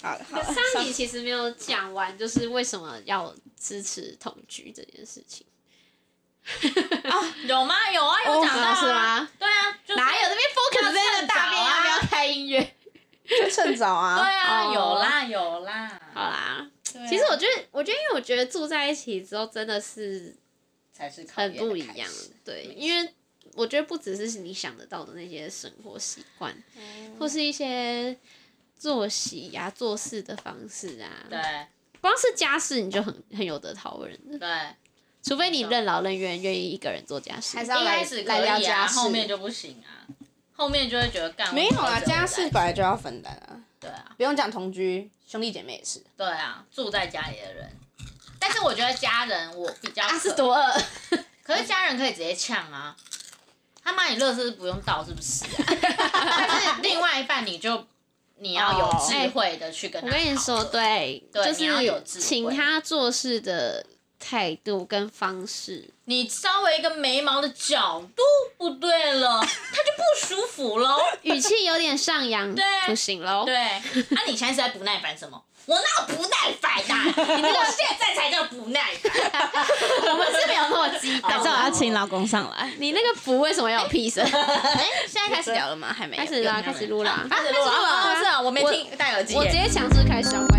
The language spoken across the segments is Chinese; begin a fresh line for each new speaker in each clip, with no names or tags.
好了好
可
了
是，上集其实没有讲完，就是为什么要支持同居这件事情，
有吗？有啊，有讲到
哦是
啊。
吗？
对啊，就是
哪有那边 focus 啊在那个大便要不要开音乐？
就趁早
对
啊。
啊，
哦
有啦有啦。
好啦，
对啊
其实我觉得，我觉得，因为我觉得住在一起之后真的是
才是考
很
验的
不一
开
样
始，
对，
没
因为我觉得不只是你想得到的那些生活习惯，或是一些作息呀、做事的方式啊，
对
光是家事你就很很有得讨论了，
对，
除非你
没错
任劳任怨，愿意一个人做家事
还。是要
一
来
开始
来
可
聊
以
家
啊，
事
后面就不行啊，后面就会觉得干
没
啊
有啦，
我
家事本来就要分担啊，
对啊
不用讲同居，兄弟姐妹也是。
对啊，住在家里的人，但是我觉得家人我比较
啊，
可
是多饿，
可是家人可以直接呛啊，他骂你乐事不用倒是不是、啊？但是另外一半你就你要有智慧的去跟
哦我
他、
跟你说，，对，
对
就
你要有
是
智慧
请他做事的态度跟方式，
你稍微一个眉毛的角度不对 了，他就不舒服 喽。
语气有点上扬，
对
不行喽。
对，啊，你现在是在不耐烦什么？我哪有不耐烦 的、啊？你到现在才叫不耐 烦。
我们是没有那么激动。
还啊是我要
请老公上来。
你那个符为什么要有屁声？
哎，现在开始聊了吗？还没有。
开始啦，
有
开始录啦。
啊 开始录了
啊，是啊，我没
我
听戴耳机耶。
我直接强制开始要关。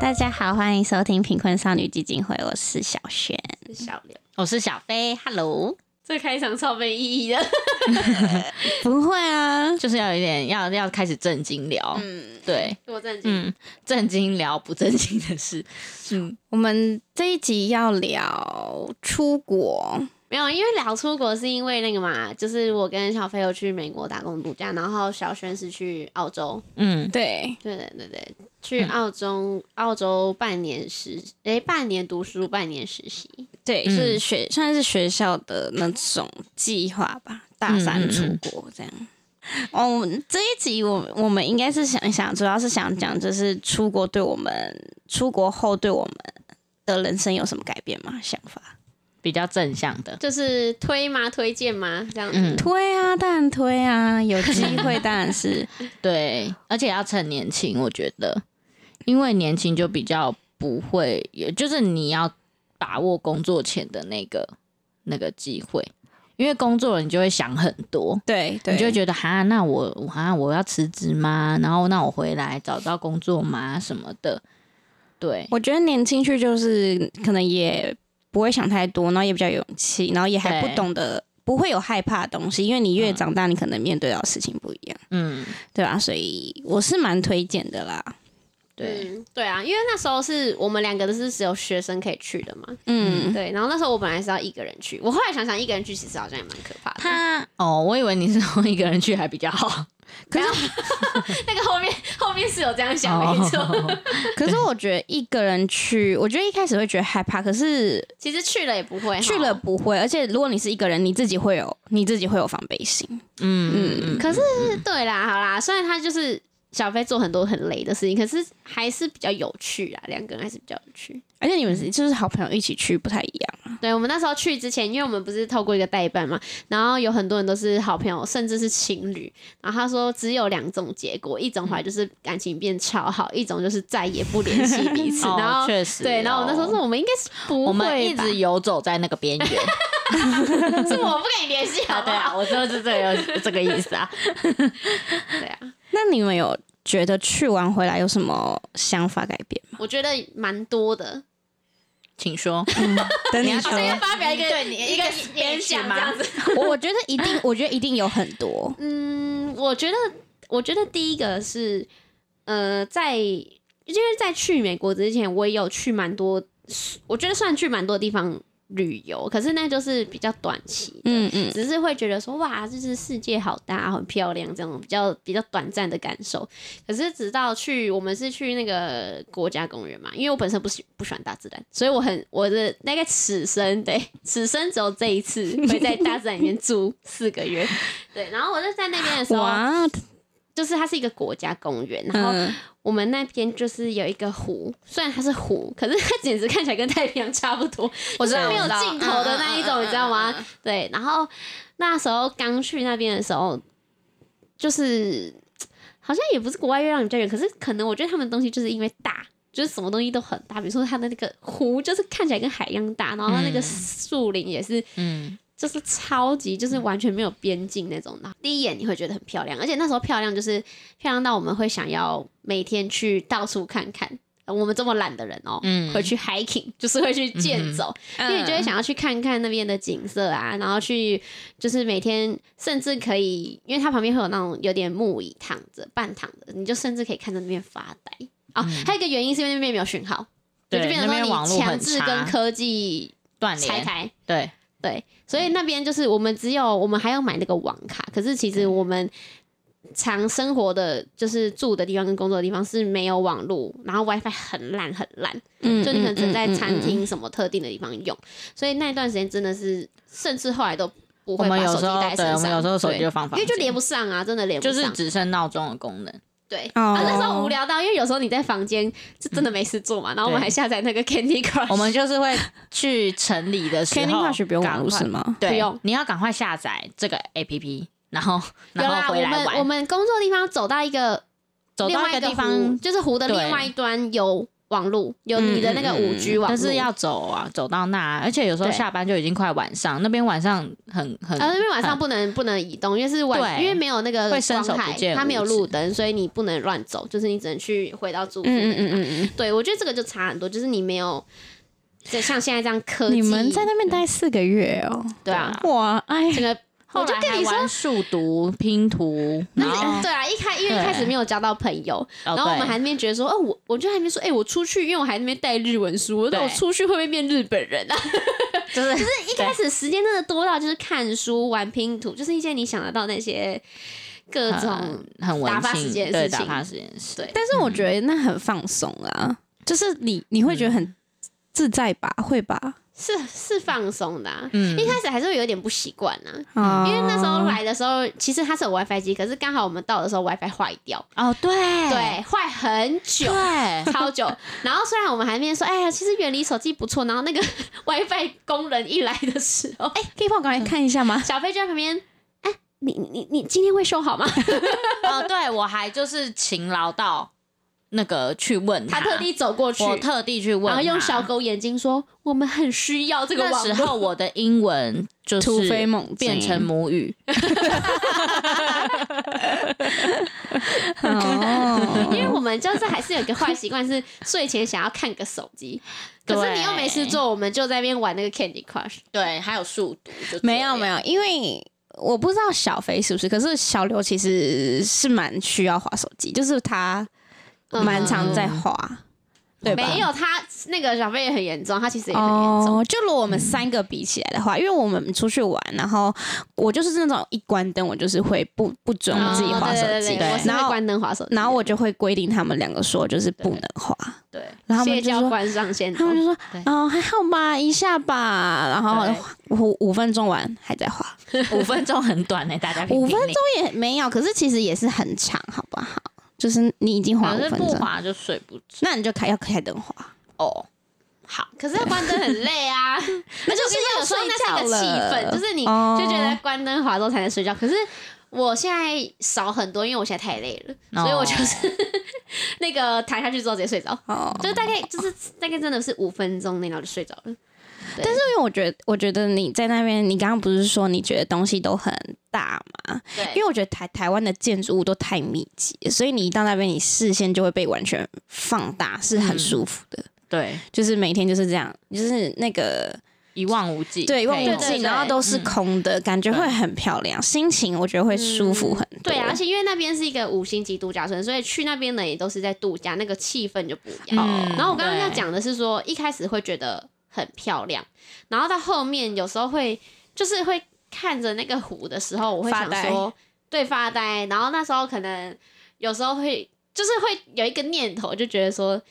大家好，欢迎收听贫困少女基金会，我是小璇，
小刘，
我是小飞，Hello。
这开场超没意义 的。
不会啊，就是要有一点要要开始正经聊，
嗯，
对，
我震惊。
嗯，正经聊不正经的事，嗯，
我们这一集要聊出国，
没有，因为聊出国是因为那个嘛，就是我跟小飞有去美国打工度假，然后小轩是去澳洲，
嗯，
对，
对对对对，去澳洲、澳洲半年实，诶、半年读书，半年实习，
对，
嗯
是学算是学校的那种计划吧，大三出国这样。哦，我们这一集我我们应该是想一想，主要是想讲就是出国对我们出国后对我们的人生有什么改变吗？想法？
比较正向的，
就是推吗？推荐吗？这样子。
嗯，
推啊，当然推啊，有机会当然 是
对，而且要趁年轻，我觉得，因为年轻就比较不会，也就是你要把握工作前的那个那个机会，因为工作了你就会想很多，
对对，
你就会觉得哈，那我哈我要辞职吗？然后那我回来找到工作吗？什么的，对，
我觉得年轻去就是可能也不会想太多，然后也比较有勇气，然后也还
对
不懂得，不会有害怕的东西，因为你越
嗯
长大，你可能面对到的事情不一样，
嗯，
对啊吧？所以我是蛮推荐的啦。
对，
嗯，对啊，因为那时候是我们两个都是只有学生可以去的嘛，
嗯，
对。然后那时候我本来是要一个人去，我后来想想一个人去其实好像也蛮可怕的。
他哦，我以为你是说一个人去还比较好，
可是那个后面 后面是有这样想，没错。
哦
可是我觉得一个人去，我觉得一开始会觉得害怕，可是
其实去了也不会，
去了。不
嗯
会，而且如果你是一个人，你自己会有你自己会有防备心。
嗯嗯，
可是对啦，好啦，虽然他就是小飞做很多很雷的事情，可是还是比较有趣啊，两个人还是比较有趣。
而且你们是就是好朋友一起去不太一样，
对我们那时候去之前，因为我们不是透过一个代办嘛，然后有很多人都是好朋友，甚至是情侣。然后他说只有两种结果，一种后来
嗯
就是感情变超好，一种就是再也不联系彼此。然
哦
后
确实哦，
对，然后我们那时候说我们应该是不
我们
会
一
吧，
直游走在那个边缘
是我不跟你联系好
啊，
不
对啊，
好？
我就是这个 这个意思啊，
对啊，
那你们有觉得去完回来有什么想法改变吗？
我觉得蛮多的。
请说，
等
你要
所以要发表一个对你一个演
编辑
讲
吗
这样子。
我我觉得一定，我觉得一定有很多。
嗯，我觉得，我觉得第一个是，呃，在因为在去美国之前，我也有去蛮多，我觉得算去蛮多地方旅游，可是那就是比较短期，
嗯嗯，
只是会觉得说哇，就是世界好大，很漂亮这种比较比较短暂的感受。可是直到去，我们是去那个国家公园嘛，因为我本身不喜不喜欢大自然，所以我很我的大概此生对此生只有这一 次会在大自然里面住四个月。对，然后我就在那边的时候，
哇，
就是它是一个国家公园，嗯然后
嗯，
我们那边就是有一个湖，虽然它是湖，可是它简直看起来跟太平洋差不多，
我知道
就是没有
我知道
尽头的那一种，
嗯嗯嗯
你知道吗？对，然后那时候刚去那边的时候，就是好像也不是国外月亮比较远，可是可能我觉得他们东西就是因为大。就是什么东西都很大，比如说它的那个湖，就是看起来跟海一样大，然后它那个
嗯
树林也是
嗯，
就是超级，就是完全没有边境那种。然后第一眼你会觉得很漂亮，而且那时候漂亮就是漂亮到我们会想要每天去到处看看。呃我们这么懒的人哦、
嗯
会去 hiking，就是会去健走，
因
因为你就会想要去看看那边的景色啊，然后去就是每天甚至可以，因为它旁边会有那种有点木椅躺着、半躺着，你就甚至可以看着那边发呆。哦，还有一个原因是因为那边没有讯号，
嗯对
就变
那边
成说
网
你
络很
强制跟
差
科技
断
拆
联，
开，
对，
对，所
嗯
以那边就是我们只有我们还要买那个网卡，可是其实我们常生活的就是住的地方跟工作的地方是没有网络，然后 WiFi 很烂很烂，
嗯
就你可能只能在餐，
嗯嗯嗯嗯
厅什么特定的地方用，所以那段时间真的是，甚至后来都不
我
会
们
把
有
手
时
机
候
带在
对，
身
我们有
上，
时候手机
对
就放
因
房
为就
间
连不上啊，真的连不
就是
上。
只剩闹钟的功能，
对，
哦
啊，那时候无聊到，因为有时候你在房间是真的没事做嘛，然后我们
对
还下载那个 Candy Crush，
我们就是会去城里的时候
Candy Crush 不用网
赶
络
快
是吗？
对，
不用
你要赶快下载这个 A P P，然后
有
然
啦，
后
我
回来
们我
玩。
们工作地方走到一个
走
另
到
外
一
一
个
个
地
湖
方，
就是湖的
对
另外一端有网路，有你的那个
嗯嗯
五
嗯
G 网
但
路，
是要走啊，走到那啊，而且有时候
对
下班就已经快晚上，那边晚上很很
呃，因为晚上不能不能移动，因为是晚，
嗯对
因为没有那个
会伸手
光
不
害
见
它没有
五指
路灯，所以你不能乱走，就是你只能去回到住处。
嗯嗯嗯嗯
对，我觉得这个就差很多，就是你没有，就像现在这样科
嗯，
技，
你们在那边待四个月哦，
对啊，
哇，哎，
整个
后来
我就跟
还
你说
玩数独拼图，然后
对啊，一开因为一开始
对
没有交到朋友，
然
然后我们还那边觉得说，哦，我我就还没说，哎、我出去，因为我还那边带日文书，我说
对
我出去会不会变日本人 啊？
就是就是
一开始时间真的多到就是看书、玩拼图，就是一些你想得到那些各
嗯
种。
很很
打
文
发时间
青，
的
对
事
打
情
发时间是，
对
但是我觉得那很放松啊，就是你你会觉得很自在吧？会吧？
是是放松的、啊。
嗯哦
一开始还是会有点不习惯呢，
啊
嗯因为那时候来的时候，其实它是有 WiFi 机，可是刚好我们到的时候 WiFi 坏掉，
哦对
对，坏很久，
对，
超久。然后虽然我们还面说，哎呀，其实远离手机不错，然后那个 WiFi 工人一来的时候，哎，
可以帮我赶快看一下吗？
小飞就在旁边，哎，你你你你今天会修好吗？
哦对我还就是勤劳到那个去问
他特地走过去，
我特地去问，
然
啊
后用小。狗眼睛说，我们很需要这个
那
网
时
络。
候我的英文就
突
是
飞猛进
变成 母语，
因为
哦，
我们就是还是有一个坏习惯，是睡前想要看个手机，可是你又没事做，我们就在那边玩那个 Candy Crush。
对，还有数独，就
没有没
有，
有，因为我不知道小飞是不是，可是小刘其实是蛮需要划手机，就是他蛮常在划，对吧？
没有他那个小飞也很严重，他其实也很严重。
哦，就如果我们三个比起来的话，因为我们出去玩，然后我就是那种一关灯，我就是会不不准我自己划
哦对
手
对
机，
对对我是
然
会
后
关灯划手机的，
然后我就会规定他们两个说就是不能划，
对，
然后他
谢
们就
交
说
关上先
他们就说
对
哦还好吧，一下吧，然后
对
五五分钟完还在划，
哦五分钟很短呢，大家
五分
钟
也没有，可是其实也是很长，好不好？就是你已经划五
可是
分
不
钟，
滑就睡不着
那你就开要开灯划，
哦。好，
可是要关灯很 累啊，那就是有时候那是一个气氛，就是你
哦
就觉得关灯滑之后才能睡觉。可是我现在少很多，因为我现在太累了，所以我就是 那个躺下去之后直接睡着。
哦，
就大概就是大概真的是五分钟内，然后就睡着了。但是
因为我觉得，我觉得你在那边，你刚刚不是说你觉得东西都很大嘛？
对，
因为我觉得台台湾的建筑物都太密集了，所以你一到那边，你视线就会被完全放大，是
嗯
很舒服的。
对，
就是每天就是这样，就是那个
一望无际，
对望
对
无
对嗯
际，
对
然后都是空的，感觉会很漂亮，心情我觉得会舒服很多。
对啊，而且因为那边是一个五星级度假村，所以去那边的也都是在度假，那个气氛就不一样。
嗯
然后我刚刚要
对
讲的是说，一开始会觉得很漂亮，然后到后面有时候会就是会看着那个湖的时候，我会
发
想
呆
说，对，发呆。然后那时候可能有时候会就是会有一个念头，就觉得说。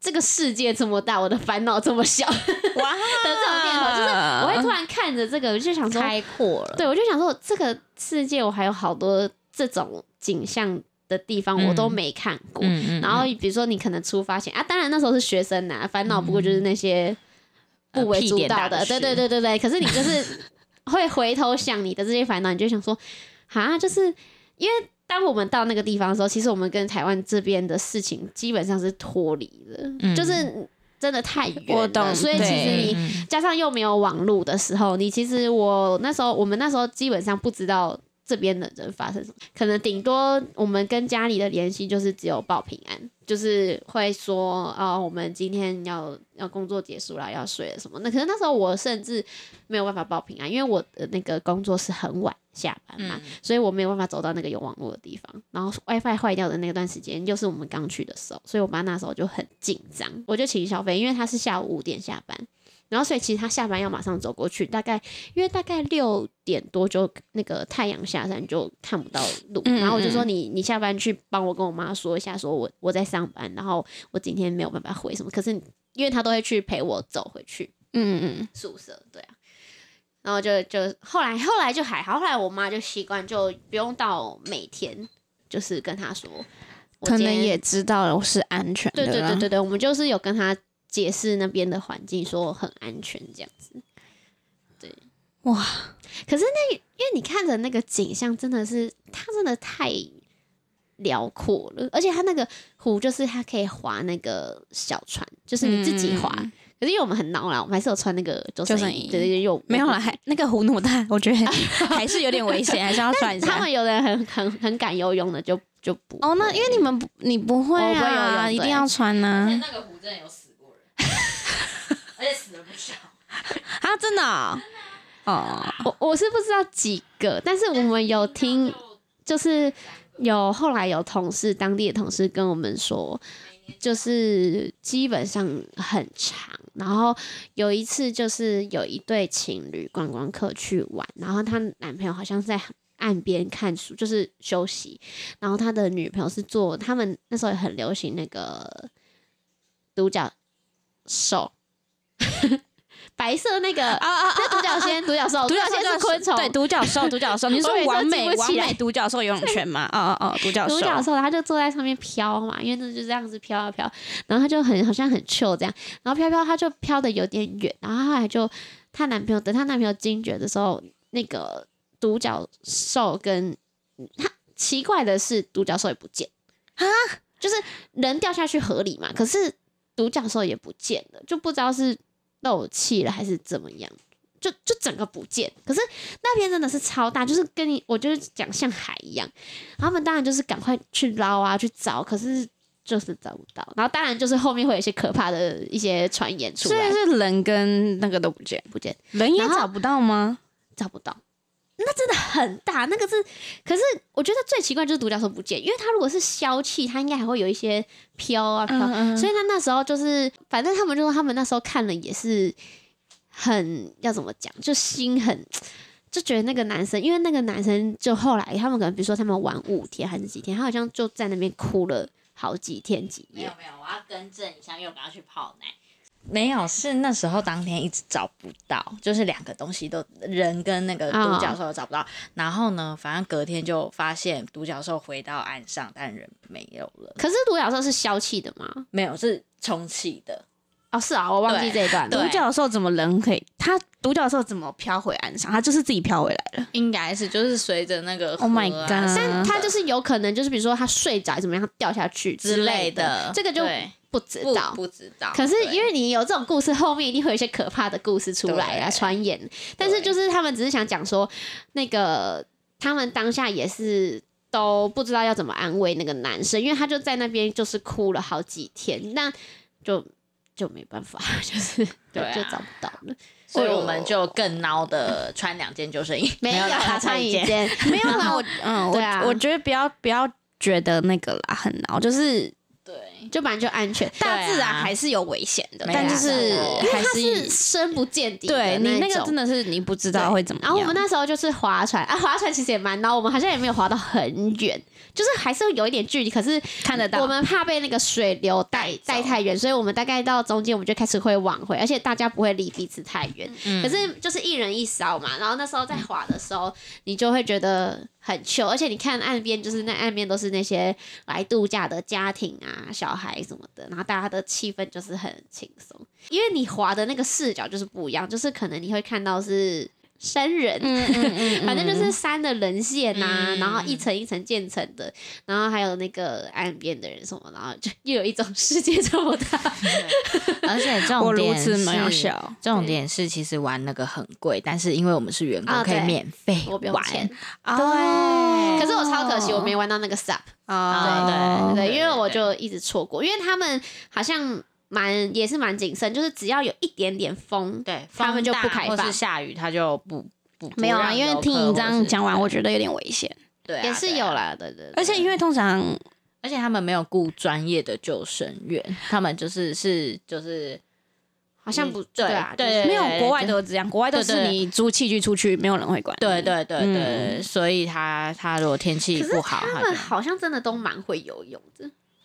这个世界这么大，我的烦恼这么小 的
哇，
这种念头，就是我
嗯
会突然看着这个，我就想说，
开阔了，
对，我就想说，这个世界我还有好多这种景象的地方我都没看过。
嗯
然后比如说你可能出发前啊，当然那时候是学生呐、烦恼不过就是那些
呃
不为
屁
主
颠
导
倒的
的，对对
事
对对对。可是你就是 会回头想你的这些烦恼，你就想说，啊，就是因为当我们到那个地方的时候，其实我们跟台湾这边的事情基本上是脱离的，
嗯
就是真的太远了，
我懂
所以其实
对
你
你
加上又没有网络的时候，你其实我那时候我们那时候基本上不知道这边的人发生什么，可能顶多我们跟家里的联系就是只有报平安，就是会说哦，我们今天要要工作结束了，要睡了什么。那可是那时候我甚至没有办法报平安，因为我的那个工作是很晚下班嘛，
嗯
所以我没有办法走到那个有网络的地方。然后 WiFi 坏掉的那段时间，又是我们刚去的时候，所以我妈那时候就很紧张，我就请小费，因为她是下午五点下班。然后所以其实他下班要马上走过去，大概因为大概六点多就那个太阳下山就看不到路，
嗯
然后我就说你你下班去帮我跟我妈说一下，说我我在上班，然后我今天没有办法回什么，可是因为他都会去陪我走回去
嗯嗯
宿舍，对啊。然后就就后来后来就还好，后来我妈就习惯，就不用到每天就是跟她说，我
可
今
能
天
也啊知道了，我是安全的
对
啦。
对对对对，我们就是有跟他解释那边的环境，说很安全这样子。对，
哇！
可是那因为你看着那个景象，真的是它真的太辽阔了，而且它那个湖就是它可以划那个小船，就是你自己划。
嗯
可是因为我们很闹啦，我们还是有穿那个救
救
生
生
衣，
衣
对对对，有
没有啦，。还那个湖那么大，我 觉得还是有点危险，还是要算一
他
下。
们有的人很很很敢游泳的就就不
哦，那因为你们不，你不会
我不会游
啊，
泳
一定
对
要穿
而
呐、
且
啊。
那个湖真的有死过人，而且死了不少。
啊，真的哦、哦，
我我是不知道几个，但是我们有听，就是有后来有同事，当地的同事跟我们说，就是基本上很长。然后有一次就是有一对情侣观光客去玩，然后她男朋友好像在岸边看书，就是休息，然后他的女朋友是做他们那时候也很流行那个独角兽。白色那个
啊啊啊
那独角仙，独角兽，
独角
仙
兽
是昆虫，
对，独角兽，独角 兽，你是
我每
说
次
完美
记不
完
起来
美独角兽游泳圈吗？哦哦哦，独角
独
兽，
角兽，它就坐在上面飘嘛，因为那就这样子飘啊飘，然后它就很好像很 chill 这样，然后飘飘它就飘的有点远，然后后来就她男朋友等她男朋友惊觉的时候，那个独角兽跟她奇怪的是独角兽也不见啊，就是人掉下去河里嘛，可是独角兽也不见了，就不知道是漏气了还是怎么样。就就整个不见，可是那边真的是超大，就是跟你我就是讲像海一样，他们当然就是赶快去捞啊，去找，可是就是找不到。然后当然就是后面会有一些可怕的一些传言出
所
来
以，是人跟那个都不见，
不见
人也
然后
找不到吗？
找不到。那真的很大，那个是，可是我觉得最奇怪就是独角兽不见，因为它如果是消气，它应该还会有一些飘啊飘，
嗯
所
以
以他那时候就是，反正他们就说他们那时候看了也是很要怎么讲，就心很就觉得那个男生，因为那个男生就后来他们可能比如说他们玩五天还是几天，他好像就在那边哭了好几天几
没
夜
有。没有，我要更正一下，因为我刚刚去泡奶。
没有，是那时候当天一直找不到，就是两个东西都人跟那个
哦
独角兽都找不到。然后呢，反正隔天就发现独角兽回到岸上，但人没有了，
可是独角兽是消气的吗？
没有是充气的，
哦，是啊，我忘记这一段了。
独角兽怎么人可以？它独角兽怎么飘回岸上？它就是自己飘回来了。
应该是就是随着那个
Oh my
河
god！
啊
但它就是有可能，就是比如说它睡着还是怎么样，它掉下去类
之类的，
这个就
对
不知
不
道。
不知道。
可是
对
因为你有这种故事，后面一定会有一些可怕的故事出来啊，
对
传言。但是就是他们只是想讲说，那个他们当下也是都不知道要怎么安慰那个男生，因为他就在那边就是哭了好几天，那就就没办法， 就是
对啊
就找不到了。
所以我们就更孬的穿两件救生衣，
哎 没有
啦
啦，穿
一
一
件。
件，没有
那
啦，
我
我
嗯，
对啊
我我觉得不要不要觉得那个啦，很难，就是
对，
就本来就安全。
大自然
对啊
还是有危险的，
没
但就
啊
是
当
因为
还
它是
是
深不见底的
对你那个
种
真的是你不知道会怎么样。
然后我们那时候就是划船啊，划船其实也蛮闹，我们好像也没有划到很远，就是还是会有一点距离，可是
看得到
我们怕被那个水流带带太远，所以我们大概到中间我们就开始会往回，而且大家不会离彼此太远。
嗯
可是就是一人一艘嘛，然后那时候在划的时候，你就会觉得很糗，而且你看岸边，就是那岸边都是那些来度假的家庭啊、小孩什么的，然后大家的气氛就是很轻松，因为你划的那个视角就是不一样，就是可能你会看到是山人，
嗯嗯嗯，
反正就是山的人线呐、
嗯
然后一层一层建成的，然后还有那个岸边的人什么，然后就又有一种 世界这么大，
而且
我
重
如
点
此
是
渺小，
重点是其实玩那个很贵，但是因为我们是员工，
啊
可以
对
免费
我不用
玩。
钱。
对
可是我超可惜，我没玩到那个 SUP，
啊，
哦
对，
对
因为我
对
就一直错过，因为他们好像蛮也是蛮谨慎，就是只要有一点点风，
对，
他们就不开
风大或
放
是下雨他就不不
没有啊，因为听你这样，讲
不让游客或
完，我觉得有点危险，
是对啊
也是
对啊
有啦，对对对
而且因为通常
而且他们没有雇专业的救生员，他们就是是
嗯
就是
好像不
对
啊，
对
就是
没有国外都是这样，国外都
对
是
对
你租器具出去，没有人会管。
对对对
嗯
对，所以他他如果天气
可是
不好，
他
就啊
们好像真的都蛮会游泳的，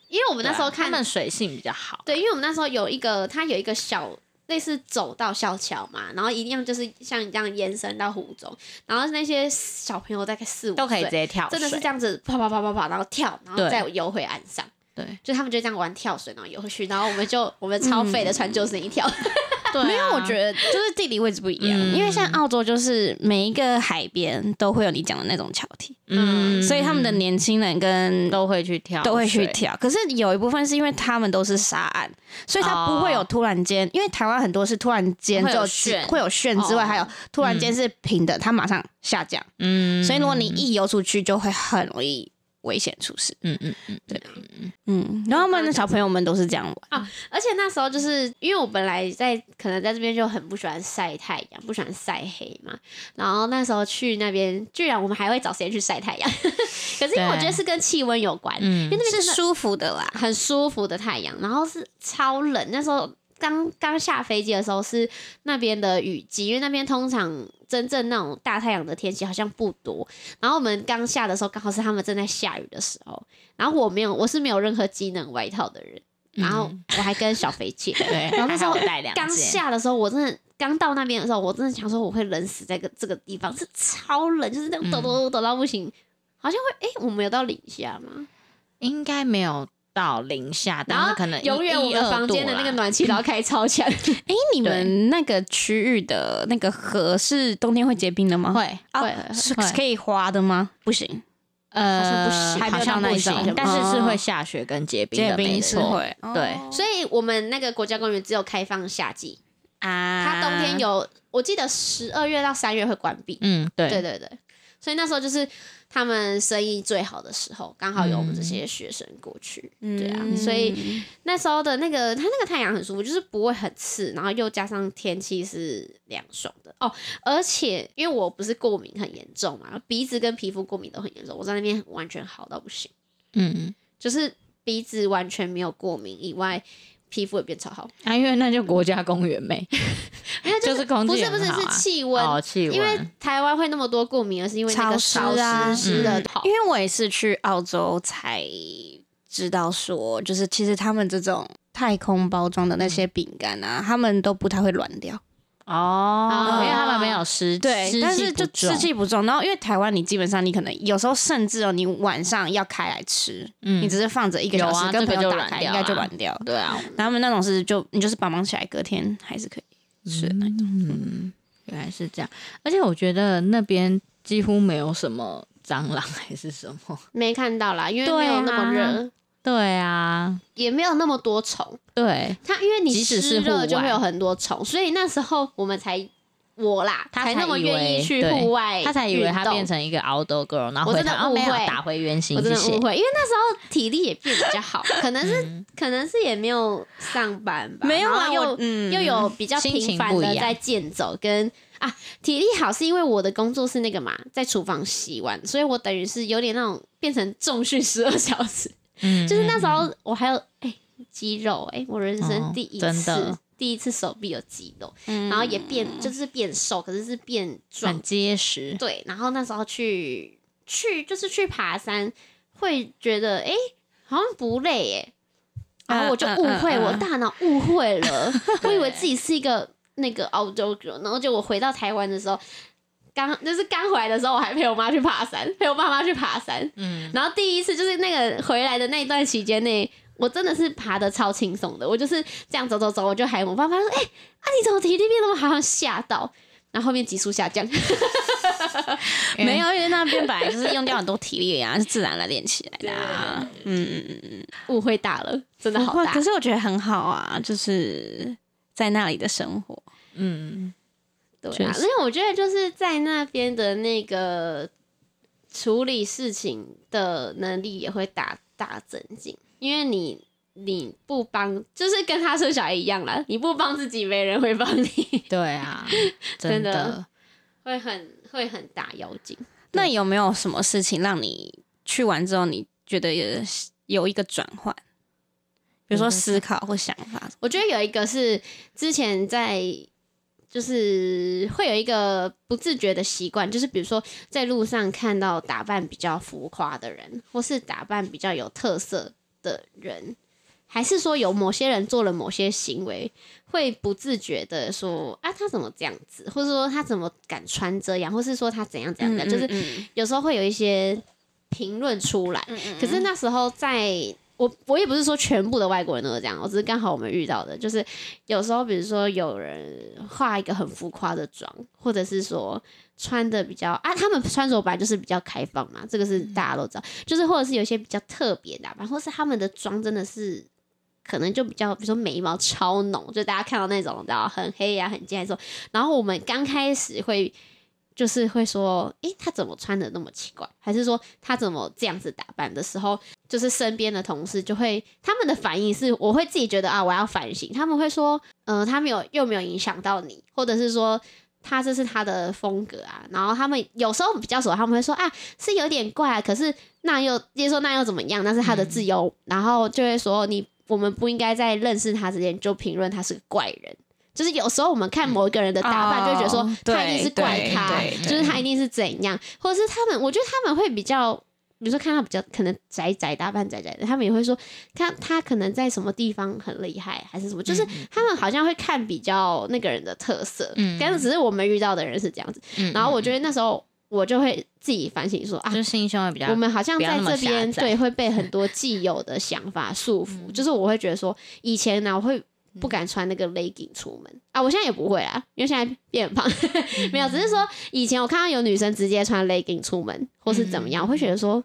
因为我们那时候
对啊他
看
们水性比较好，
对，因为我们那时候有一个，它有一个小类似走道小桥嘛，然后一样就是像你这样延伸到湖中，然后那些小朋友大概四五
都可以直
岁，
接跳水，
真的是这样子啪啪啪啪啪，然后跳，然后
对
再游回岸上。
对嗯
就他们就这样玩跳水，然后游回去，然后我们就我们超废的穿救生衣跳，
对啊，
没有，我觉得就是地理位置不一样，
嗯
因为像澳洲就是每一个海边都会有你讲的那种桥体，
嗯，
所以他们的年轻人跟
都会去跳，
都会去。
嗯
跳。可是有一部分是因为他们都是沙岸，所以他
哦
不会有突然间，因为台湾很多是突然间
会有
就
旋
会有旋之外，
哦
还有突然间是平的，它马上下降，
嗯，
所以如果你一游出去，就会很容易危险出事。
嗯嗯嗯，
嗯，然后他们的小朋友们都是这样
哎
玩。
而且那时候就是因为我本来在可能在这边就很不喜欢晒太阳，不喜欢晒黑嘛。然后那时候去那边，居然我们还会找时间去晒太阳， 可是因为我觉得是跟气温有关，
嗯
因为那边真的
是舒服的啦，
很舒服的太阳，然后是超冷。那时候刚刚下飞机的时候是那边的雨季，因为那边通常真正那种大太阳的天气好像不多。然后我们刚下的时候，刚好是他们正在下雨的时候，然后我没有，我是没有任何机能外套的人，然后我还跟小肥姐
对，然
然后那时候
带两
刚
件，
下的时候，我真的刚到那边的时候，我真的想说我会冷死在个这个地方，是超冷，就是那种抖抖抖抖到不行，好像会哎、我们有到零下吗？
应该没有到零下，
然
但
后
是可能一
永远我
一
们
二
房间
度
的那
啦
个暖气然后开超强，
哎，你们那个区域的那个河是冬天会结冰的吗？
会
啊
会会
是
会
可以滑的吗？不行，
呃
还没有到
好像
那
不
一种
行，但
哦
是是会下雪跟结冰
结
的，没
冰是
错，
会。哦
对
所以我们那个国家公园只有开放夏季，
啊，
它冬天有，我记得十二月到三月会关闭。
嗯，
对
对，
对对，所以那时候就是他们生意最好的时候，刚好有我们这些学生过去。
嗯
对啊，所以那时候的那个，它那个太阳很舒服，就是不会很刺，然后又加上天气是凉爽的哦。而且因为我不是过敏很严重嘛，鼻子跟皮肤过敏都很严重，我在那边完全好到不行，
嗯，
就是鼻子完全没有过敏以外，皮肤也变超好。
啊，因为那就国家公园没，
没有，
就是空
不
气
是不
很
是
好啊
是气温。
哦，气温，
因为台湾会那么多过敏，而是因为那个
潮
潮
湿啊
湿湿的
嗯
跑
因为我也是去澳洲才知道说，就是其实他们这种太空包装的那些饼干啊，他们都不太会软掉。
哦，因为他
哦
们没有湿，湿
但
气
是就
不重
湿气不重。然后因为台湾，你基本上你可能有时候甚至哦，你晚上要开来吃，
嗯
你只是放着一个小
有
时，
啊
跟
这个
朋友
就
打
软
开、
掉
应该就
啊
软掉了。
对啊，
然后他们那种是就你就是把忙起来，隔天还是可以吃的那种。
原来是这样，而且我觉得那边几乎没有什么蟑螂还是什么，
没看到啦，因为没有那么
对啊
热，
对啊，
也没有那么多虫。
对，
它因为你
即使是
湿
户
热
外
就会有很多虫，所以那时候我们才我啦，
他
才
才
那么
以
愿意
为
去
对
户外，
他才以为他变。成一个 outdoor girl，然后
我
回
真的
头、啊、
误
没有
会
打回原形，
我真的
谢谢
误会，因为那时候体力也变比较 好，可能是、
嗯
可能是也没有上班吧，
没有啊
然后
我
又、
嗯
又有比较
心情
频繁
不
的
一样
在健走跟啊体力好，是因为我的工作是那个嘛，在厨房洗碗，所以我等于是有点那种变成重训十二小时，
嗯
就是那时候我还有哎、肌肉、欸，哎，我人
哦
生第一
真
次，
的
第一次手臂有肌肉，
嗯
然后也变、就是变瘦，可是是变壮
很，结实，
对。然后那时候去去就是去爬山，会觉得哎、欸好像不累哎、欸然后我就
嗯嗯
误会，
嗯嗯
我大脑误会了， 我以为自己是一个那个澳洲 girl，然后就我回到台湾的时候，刚就是刚回来的时候，我还陪我妈去爬山，陪我爸妈去爬山，
嗯，
然后第一次就是那个回来的那一段期间内，我真的是爬的超轻松的，我就是这样走走走，我就喊我爸妈说：“哎、啊你怎么体力变那么好？”吓到，然后后面急速下降。
没有，因为那边本来就是用掉很多体力啊，是自然来练起来的、啊。嗯，
误会大了，真的
不
好
会，
大
可。是我觉得很好啊，就是在那里的生活。
嗯，
对
确
啊，
实
因为我觉得就是在那边的那个处理事情的能力也会大大增进，因为你。你不帮，就是跟他生小孩一样啦。你不帮自己，没人会帮你，
对啊，
真
真
的
的，
会很会很打妖精。
那有没有什么事情让你去完之后，你觉得有有一个转换？比如说思考或想法，
我觉得有一个是之前在，就是会有一个不自觉的习惯，就是比如说在路上看到打扮比较浮夸的人，或是打扮比较有特色的人，还是说有某些人做了某些行为，会不自觉的说啊，他怎么这样子，或者说他怎么敢穿这样，或是说他怎样怎样的，就是
嗯
有时候会有一些评论出来。可是那时候在。我我也不是说全部的外国人都是这样，我只是刚好我们遇到的，就是有时候比如说有人化一个很浮夸的妆，或者是说穿的比较啊，他们穿着本来就是比较开放嘛，这个是大家都知道，就是或者是有一些比较特别的打扮，或是他们的妆真的是可能就比较，比如说眉毛超浓，就大家看到那种的很黑呀、很尖的时候，然后我们刚开始会就是会说，诶，他怎么穿的那么奇怪？还是说他怎么这样子打扮的时候，就是身边的同事就会他们的反应是，我会自己觉得啊，我要反省。他们会说，呃，他没有又没有影响到你，或者是说。他这是他的风格啊，然后他们有时候比较熟，他们会说啊是有点怪啊，可是那又接受那又怎么样？那是他的
嗯
自由，然后就会说你我们不应该在认识他之前就评论他是个怪人，就是有时候我们看某一个人的打扮，就会觉得说、
嗯哦
他一定是
对
怪
对
咖，
对对
就是他一定是怎样，或者是他们，我觉得他们会比较，比如说看到比较可能宅宅打扮宅宅的，他们也会说，他他可能在什么地方很厉害，还是什么，就是他们好像会看比较那个人的特色，
嗯
但是只是我们遇到的人是这样子，
嗯
然后我觉得那时候我就会自己反省说啊
就，是心胸会比较
我，们好像
不要
在
那么
这边
狭窄嗯
对会被很多既有的想法束缚，就是我会觉得说，以前啊呢、我会不敢穿那个
嗯
legging 出门啊，我现在也不会啊，因为现在变 胖，没有，只是说以前我看到有女生直接穿 legging 出门或是怎么样，我会觉得说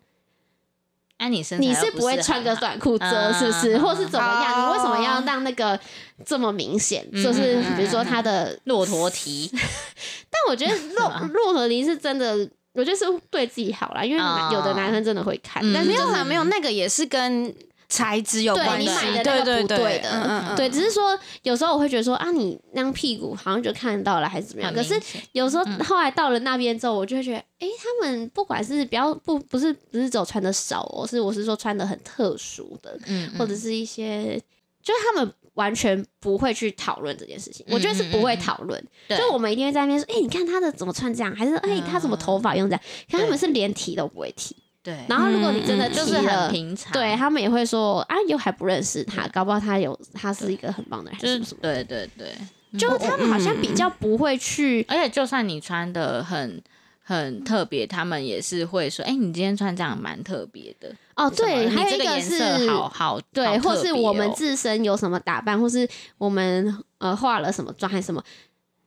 哎，你嗯身材
你
又
是不会
很
穿个
好，
短裤遮，是不是，
嗯
或是怎么样？
哦
你为什么要让那个这么明显？
嗯
就是比如说她的，
骆 驼蹄，
但我觉得骆骆驼铃是真的。我觉得是对自己好啦，因为
哦
有的男生真的会看，
嗯
但是
没有啦，啊没有那个也是跟材质有
对
关
你
系，
买的那
对
个
对
不对的
嗯嗯嗯
对，只是说有时候我会觉得说啊，你那样屁股好像就看到了还是怎么样，
很
可
明嗯
是
显
有时候后来到了那边之后，我就会觉得，诶，他们不管是比较不不是不是只有穿的少哦，是我是说穿的很特殊的，
嗯，
或者是一些，就是他们完全不会去讨论这件事情，我觉得是不
嗯
会讨论，
对
就我们一定会在那边说，诶，你看他的怎么穿这样，还是诶，他怎么头发用这样，可他们
啊对
是连提都不会提，
对，
然后如果你真的
嗯
提
就是
了
很平常，
对他们也会说啊，又还不认识他，搞不好他有他是一个很棒的人，
就
还是什
是嗯
么什么。
对对对，
就他们好像比较不会去，
而且就算你穿的很很特别，他们也是会说，哎、你今天穿这样蛮特别的。
哦，
什么
对，
嗯你
还有
这
一
个颜
是
色好好
对，
好
或
特
是
别
我们
哦
自身有什么打扮，或是我们呃化了什么妆还是什么，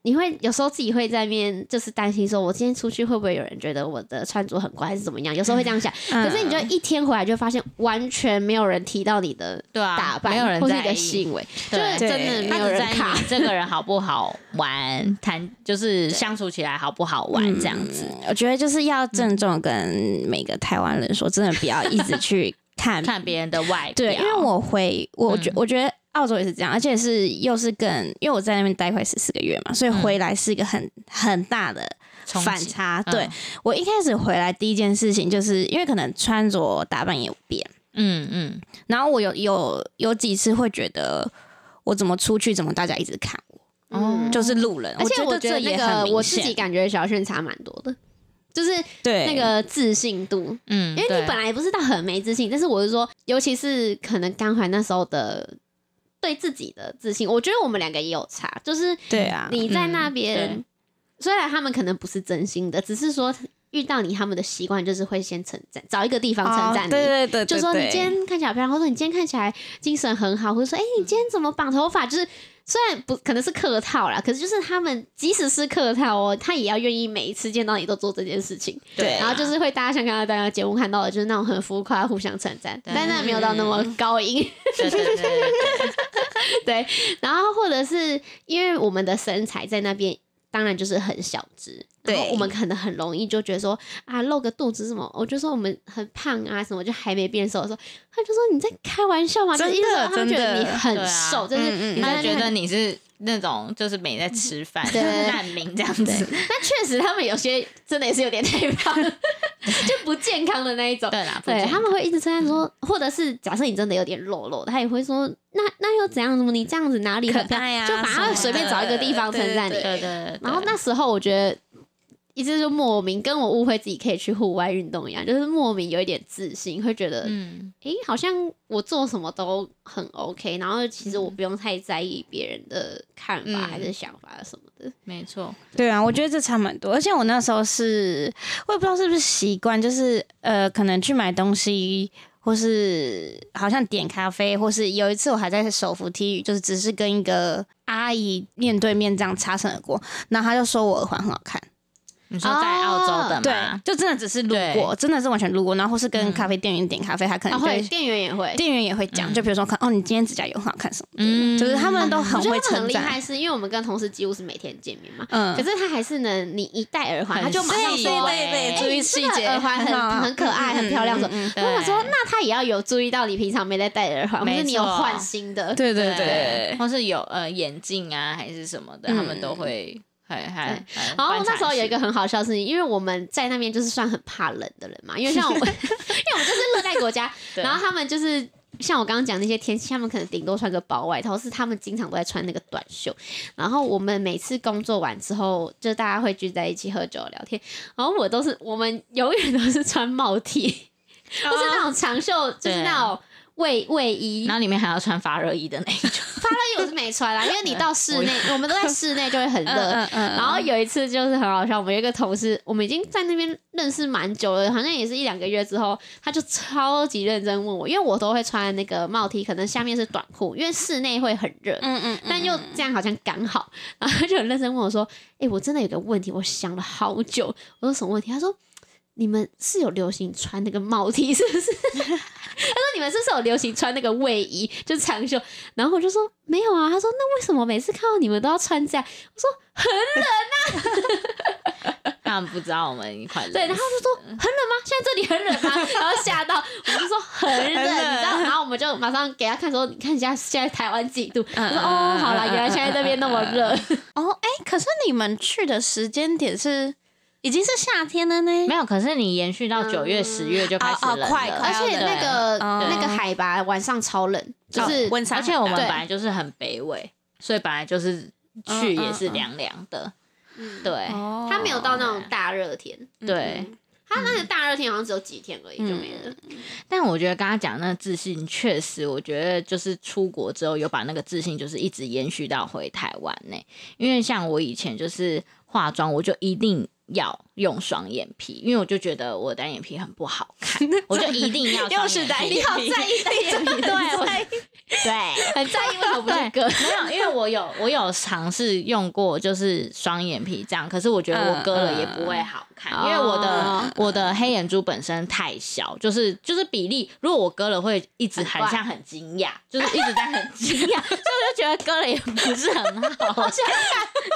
你会有时候自己会在面就是担心说，我今天出去会不会有人觉得我的穿着很怪，还是怎么样？有时候会这样想，
嗯
可是你就一天回来就发现完全没有人提到你的
对啊，
打扮，
没有人
或是
在
你的
意
行为，就
对
是真的
对
没
他
有
只
人嗯
在意
卡。
你这个人好不好玩，谈就是相处起来好不好玩这样子。
我觉得就是要郑重跟每个台湾人说，真的不要一直去看
看别人的
嗯
外表，
对，因为我回我觉、
嗯
我觉得澳洲也是这样，而且是又是更，因为我在那边待快十四个月嘛，所以回来是一个很很大的
冲击
反差。
嗯
对、我一开始回来第一件事情，就是因为可能穿着打扮也有变，
嗯嗯，
然后我有有有几次会觉得，我怎么出去，怎么大家一直看我，
哦
嗯，
就是路人。
而且
我
我觉
这
得
也
那
很
个
明
我自己
显，
感觉小炫差蛮多的，就是
对
那个自信度，
嗯，
因为
对
你本来不是到很没自信，但是我是说，尤其是可能刚怀那时候的对自己的自信，我觉得我们两个也有差，就是
对啊，
你在那
嗯
边，
对
虽然他们可能不是真心的，只是说遇到你，他们的习惯就是会先称赞，找一个地方称赞
哦
你。
对对对，对
就说你
对
今天看起来好漂亮，或者说你今天看起来精神很好，或者说哎、你今天怎么绑头发？就是虽然不可能是客套啦，可是就是他们即使是客套哦，他也要愿意每一次见到你都做这件事情。
对啊，
然后就是会大家像刚刚大家节目看到的，就是那种很浮夸、互相称赞，
对
但那没有到那
嗯
么高音。
对对对 对对
然后或者是因为我们的身材在那边，当然就是很小只，然后
对
我们可能很容易就觉得说啊露个肚子什么，我就说我们很胖啊什么，就还没变瘦的时候，他就说你在开玩笑吗？就
真的
是一直说他们觉得
真的
你很
对啊
瘦，就是
嗯嗯
你
你
在那
就觉
边
得
很
你是那种就是没在吃饭
对
难民这样子，
那确实他们有些真的也是有点太胖， 就不健康的那一种。
对啦，不
对
健
他们会一直称赞说，或者是假设你真的有点肉肉，他也会说那那又怎样？怎么你这样子哪里很
可爱啊
就反
什么
而
的
随便找一个地方称赞你。
对对对，
然后那时候我觉得，一直就莫名跟我误会自己可以去户外运动一样，就是莫名有一点自信，会觉得诶
嗯
好像我做什么都很 OK，然后其实我不用太在意别人的看法
嗯
还是想法什么的。
没错，
对啊，我觉得这差蛮多。而且我那时候是，我也不知道是不是习惯，就是呃，可能去买东西，或是好像点咖啡，或是有一次我还在手扶梯，就是只是跟一个阿姨面对面这样擦身而过，然后她就说我耳环很好看，
你说在澳洲的
对
哦
吗？，
就真的只是路过，真的是完全路过，然后或是跟咖啡店员点咖啡，她可
然
能
后
就会
店员也嗯哦 会，哎
店员也会讲，
嗯
就比如说看哦，你今天指甲油很好看什么的，
嗯
就是他们都
我
很
觉得
会
他们
称
很厉害，
赞，
是因为我们跟同事几乎是每天见面嘛。
嗯
可是他还是能，你一戴耳环，
很
他就马上
细
说，
微
哎
注意
你
细
这个
节，
耳环很
好啊
很可爱，
嗯
很漂亮。
嗯
什么？
嗯嗯
我想说，那他也要有注意到你平常没在戴耳环，或
没
是你有
错
换新的。
嗯对对
对
对，
或是有呃眼镜啊还是什么的，
嗯
他们都会还还还
然后
观察
那时候有一个
一下
很好笑的事情，因为我们在那边就是算很怕冷的人嘛，因为像我，因为我们就是热带国家，
对
然后他们就是像我刚刚讲那些天气，他们可能顶多穿个薄外套，是他们经常都在穿那个短袖。然后我们每次工作完之后，就大家会聚在一起喝酒聊天，然后我都是我们永远都是穿帽 T，不是那种长袖，就是
对
那种卫卫衣。
然后里面还要穿发热衣的那一种，
发热衣我是没穿啦，因为你到室内，我们都在室内就会很热。
嗯嗯
然后有一次就是很好笑，我们有一个同事，我们已经在那边认识蛮久了，好像也是一两个月之后，他就超级认真问我，因为我都会穿那个帽 T，可能下面是短裤，因为室内会很热，
嗯嗯，
但又这样好像刚好，然后他就很认真问我说：“哎、我真的有个问题，我想了好久，我说什么问题？”他说。你们是有流行穿那个帽 T 是不是？ 他说你们是不是有流行穿那个卫衣，就是长袖？然后我就说没有啊。他说那为什么每次看到你们都要穿这样？
他们不知道我们一块冷
对，然后就说很冷吗？现在这里很冷 吗？然后吓到，我们就说很冷，
很冷
你知道？然后我们就马上给他看说，你看一下现在台湾几度？他
嗯
说哦，好啦，
嗯
原来现在这边那么 热。
哦，哎、可是你们去的时间点是已经是夏天了呢，
没有，可是你延续到九月、
嗯
十月就开始冷
哦哦快
了
而
快
且那个
嗯哦
那个海拔晚上超冷，就是
温差
而
很
且
大，
我们
对
本来就是很北纬，所以本来就是去也是凉凉的，
嗯
对
哦
它没有到那种大热天，
对。
它那个大热天好像只有几天而已就没
嗯
了。
但我觉得刚刚讲那个自信，确实我觉得就是出国之后有把那个自信就是一直延续到回台湾呢、因为像我以前就是化妆，我就一定要用双眼皮，因为我就觉得我单眼皮很不好看，我就一定 要双
又是 单
眼皮
眼皮，
在意单眼皮，
对我 对。
很在意为什么不是割？
没有，因为我有我有尝试用过，就是双眼皮这样，可是我觉得我割了也不会好看，
嗯嗯
因为我的、
哦
我的黑眼珠本身太小，就是就是比例，如果我割了会一直很像很惊讶，就是一直在很惊讶，所以我就觉
嗯
得割了也不是很好看。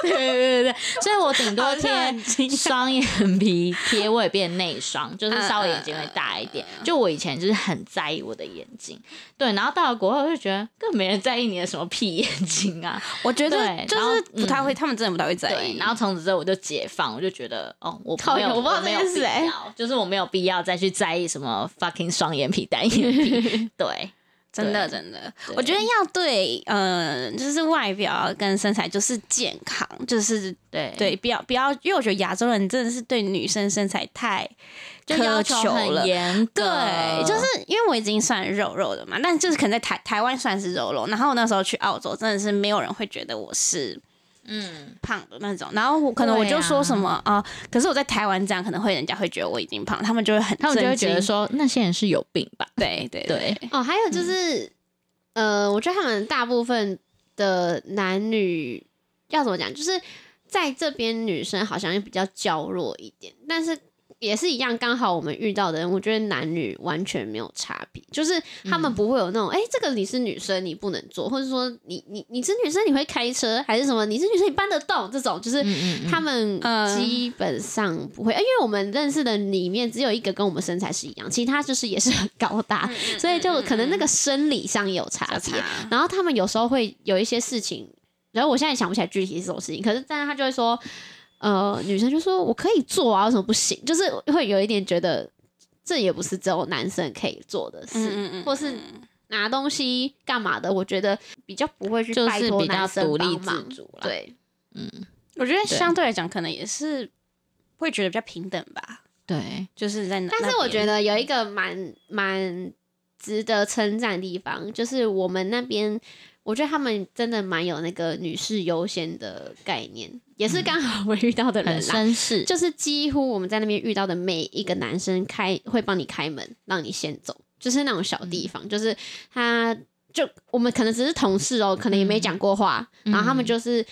对对对对，所以我顶多贴
很惊讶
双眼皮贴我也变内双， 就是稍微眼睛会大一点。就我以前就是很在意我的眼睛，对，然后到了国外我就觉得根本没人在意你的什么屁眼睛啊，
我觉得
对
就
然后
是不太会，
嗯
他们真的不太会在
对
意。。
然后从此之后我就解放，我就觉得哦，我
靠
没有，
我
我
不知道
没有
这件事
必
欸
要，就是我没有必要再去在意什么 fucking 双眼皮、单眼皮，对。
真的，
对
真的，
对
我觉得要对，呃，就是外表跟身材就是健康，就是
对
对，不要不要，因为我觉得亚洲人真的是对女生身材太
就要
苛
求
求了
很。严格，
对，就是因为我已经算肉肉的嘛，但就是可能在台台湾算是肉肉，然后那时候去澳洲真的是没有人会觉得我是
嗯，
胖的那种，然后我可能我
对啊
就说什么啊、可是我在台湾这样可能会人家会觉得我已经胖，他们就会很
他们就会觉得
震惊，
说那些人是有病吧？
对对
对，
哦，还有就是，呃，我觉得他们大部分的男女要怎么讲，就是在这边女生好像也比较娇弱一点，但是也是一样，刚好我们遇到的人，我觉得男女完全没有差别，就是他们不会有那种，哎、这个你是女生你不能做，或者说你你你是女生你会开车还是什么，你是女生你搬得动这种，就是
嗯
他们
嗯
基本上不会，因为我们认识的里面只有一个跟我们身材是一样，其他就是也是很高
嗯
大，所以就可能那个生理上也有差
小
别。
茶
然后他们有时候会有一些事情，然后我现在想不起来具体是什么事情，可是但是他就会说，呃，女生就说我可以做啊，为什么不行？就是会有一点觉得这也不是只有男生可以做的事，
嗯嗯
或是拿东西干嘛的，我觉得比较不会去
就
拜
是
托
比较
男生
独立
帮忙
自主啦。，
对。
我觉得
对
相对来讲可能也是会觉得比较平等吧，
对，
就是在那
但是我觉
得
得有一个蛮蛮值得称赞的地方，就是我们那边，我觉得他们真的蛮有那个女士优先的概念，也是刚好我遇到的
很
人啦。
绅士，
就是几乎我们在那边遇到的每一个男生开会帮你开门，让你先走，就是那种小地
嗯
方，就是他就我们可能只是同事哦，可能也没讲过话，
嗯
然后他们就是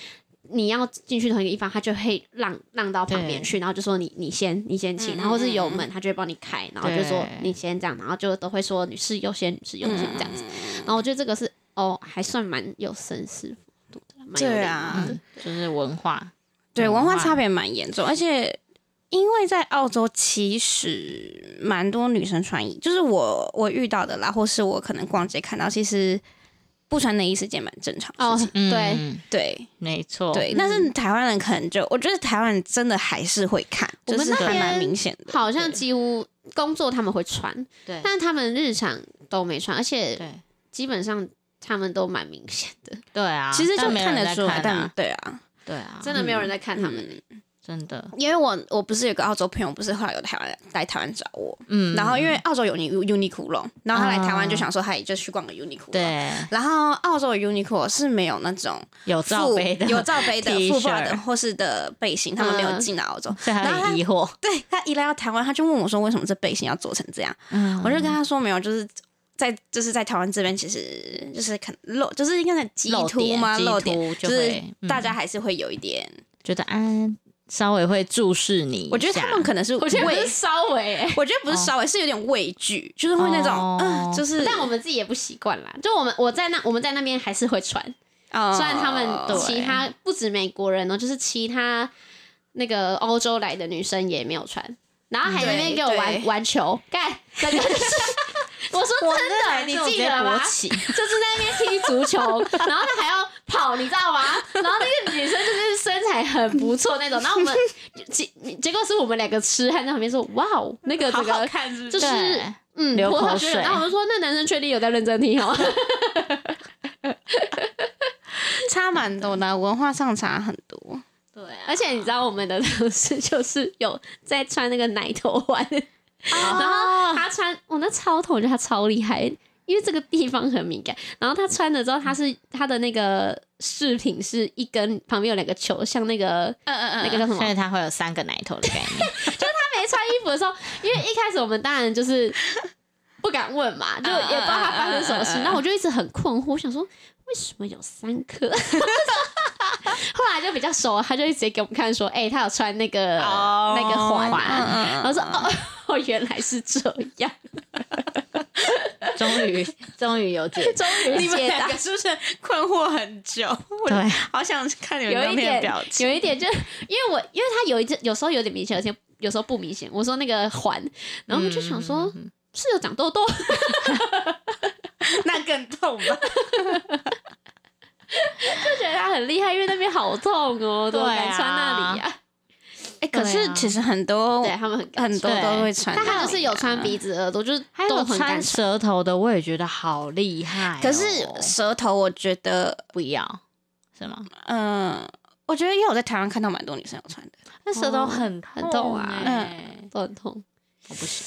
你要进去同一个地方，他就会让让到旁边去，然后就说你你先你先请，
嗯
然后或是有门，他就会帮你开，然后就说
对
你先这样，然后就都会说女士优先，女士优先这样子，
嗯
然后我觉得这个是哦，还算蛮有绅士度的嗯啦，蛮有
对
礼
啊
貌的。
嗯就是文化，
对
文
文化
化
差别蛮严重，而且因为在澳洲其实蛮多女生穿衣，就是我我遇到的啦，或是我可能逛街看到，其实不穿内衣是件蛮正常的
哦
事情。，
对，
嗯，
对
没错，
对，但是台湾人可能就我觉得台湾人真的还是会看，
我
就
们
是
那
还
边
蛮明显的。
好像几乎工作他们会穿，
对
但他们日常都没穿，而且
对
基本上他们都蛮明显的，
对啊，
其实就
但没有
看
人
得
在
出来，
看
但
啊
对啊，嗯
对啊，
真的没有人在看他们欸、
真的，
因为我我不是有个澳洲朋友，不是后来有台湾人来台湾找我，
嗯
然后因为澳洲有 Uni Uniqlo，然后他来台湾就
啊
想说他也就去逛个 Uniqlo，
对
然后澳洲的 Uniqlo 是没有那种
有
附
罩杯的，
有罩杯的
T 恤嗯
覆盖的或是的背心，他们没有进来澳洲。
所以他
然后他
很疑惑，
对他一来到台湾，他就问我说：“为什么这背心要做成这样？”
嗯
我就跟他说：“没有，就是在就是在台湾这边，其实就是可能露，就是应该在鸡
露
突
点
吗？
鸡
露点
突
就
就
是
会嗯
大家还是会有一点。
觉得安稍微会注视你一下，
我觉得他们可能是
我觉得不
畏
是，稍微、欸，
我觉得不是稍微是有点畏惧，就是会那种
哦
嗯，就是
但我们自己也不习惯啦。就我们我在那我们在那边还是会穿，
哦
虽然他们
对
其他不止美国人哦、就是其他那个欧洲来的女生也没有穿，然后还在那边
对
给我
对
玩玩球，干，整个 就是我说真的，你
我直
记
接
得吗
勃？起，
就是在那边踢足球，然后他还要跑，你知道吗？然后那个女生就是身材很不错那种，然后我们结结果是我们两个痴汉在旁边说：“哇哦，那 个这
好好
个
看是不？
就是是
对
嗯，
流
葡萄
口
学
水
然后我们说：“那男生确定有在认真听哦。
差蛮多的，文化上差很多。”
对啊，
而且你知道我们的同事就是有在穿那个奶头环，
哦
然后他穿我那超痛，我觉得他超厉害。因为这个地方很敏感，然后他穿了之后，他是他的那个饰品是一根旁边有两个球，像那个
嗯嗯
那个叫什么
所以他会有三个奶头的概 念，
没穿衣服的时候，因为一开始我们当然就是不敢问 嘛，就也不知
嗯
道他发生什么事。那我就一直很困惑，我想说为什么有三颗？ 后来就比较熟了，他就直接给我们看说，哎、他有穿那个、
哦
那个环、啊，
嗯嗯
然后说哦，哦，原来是这样。
终于终于有解，
终于你们
解答
两个是不是困惑很久？我
对，
好想看你们
有
当
一
天的
点
表情。
有一点就，因为我因为他有一阵有时候有点明显，有些有时候不明显。我说那个环，然后我就想说，
嗯
嗯
是有长痘痘，
那更痛吧？
就觉得他很厉害，因为那边好痛哦，怎么
对啊
敢穿那里呀、
哎，可
对
是
啊
其实很多
对他们哦很敢
很多
穿
都会穿，
但他就是有穿鼻子、耳朵，就是
还
都
有
很敢
穿
穿。
舌头的，我也觉得好厉害哦、
嗯可是舌头，我觉得，
不要是吗？
嗯、我觉得因为我在台湾看到蛮多女生有穿的，
那舌头哦很
很痛啊
欸
都很痛，
我不行。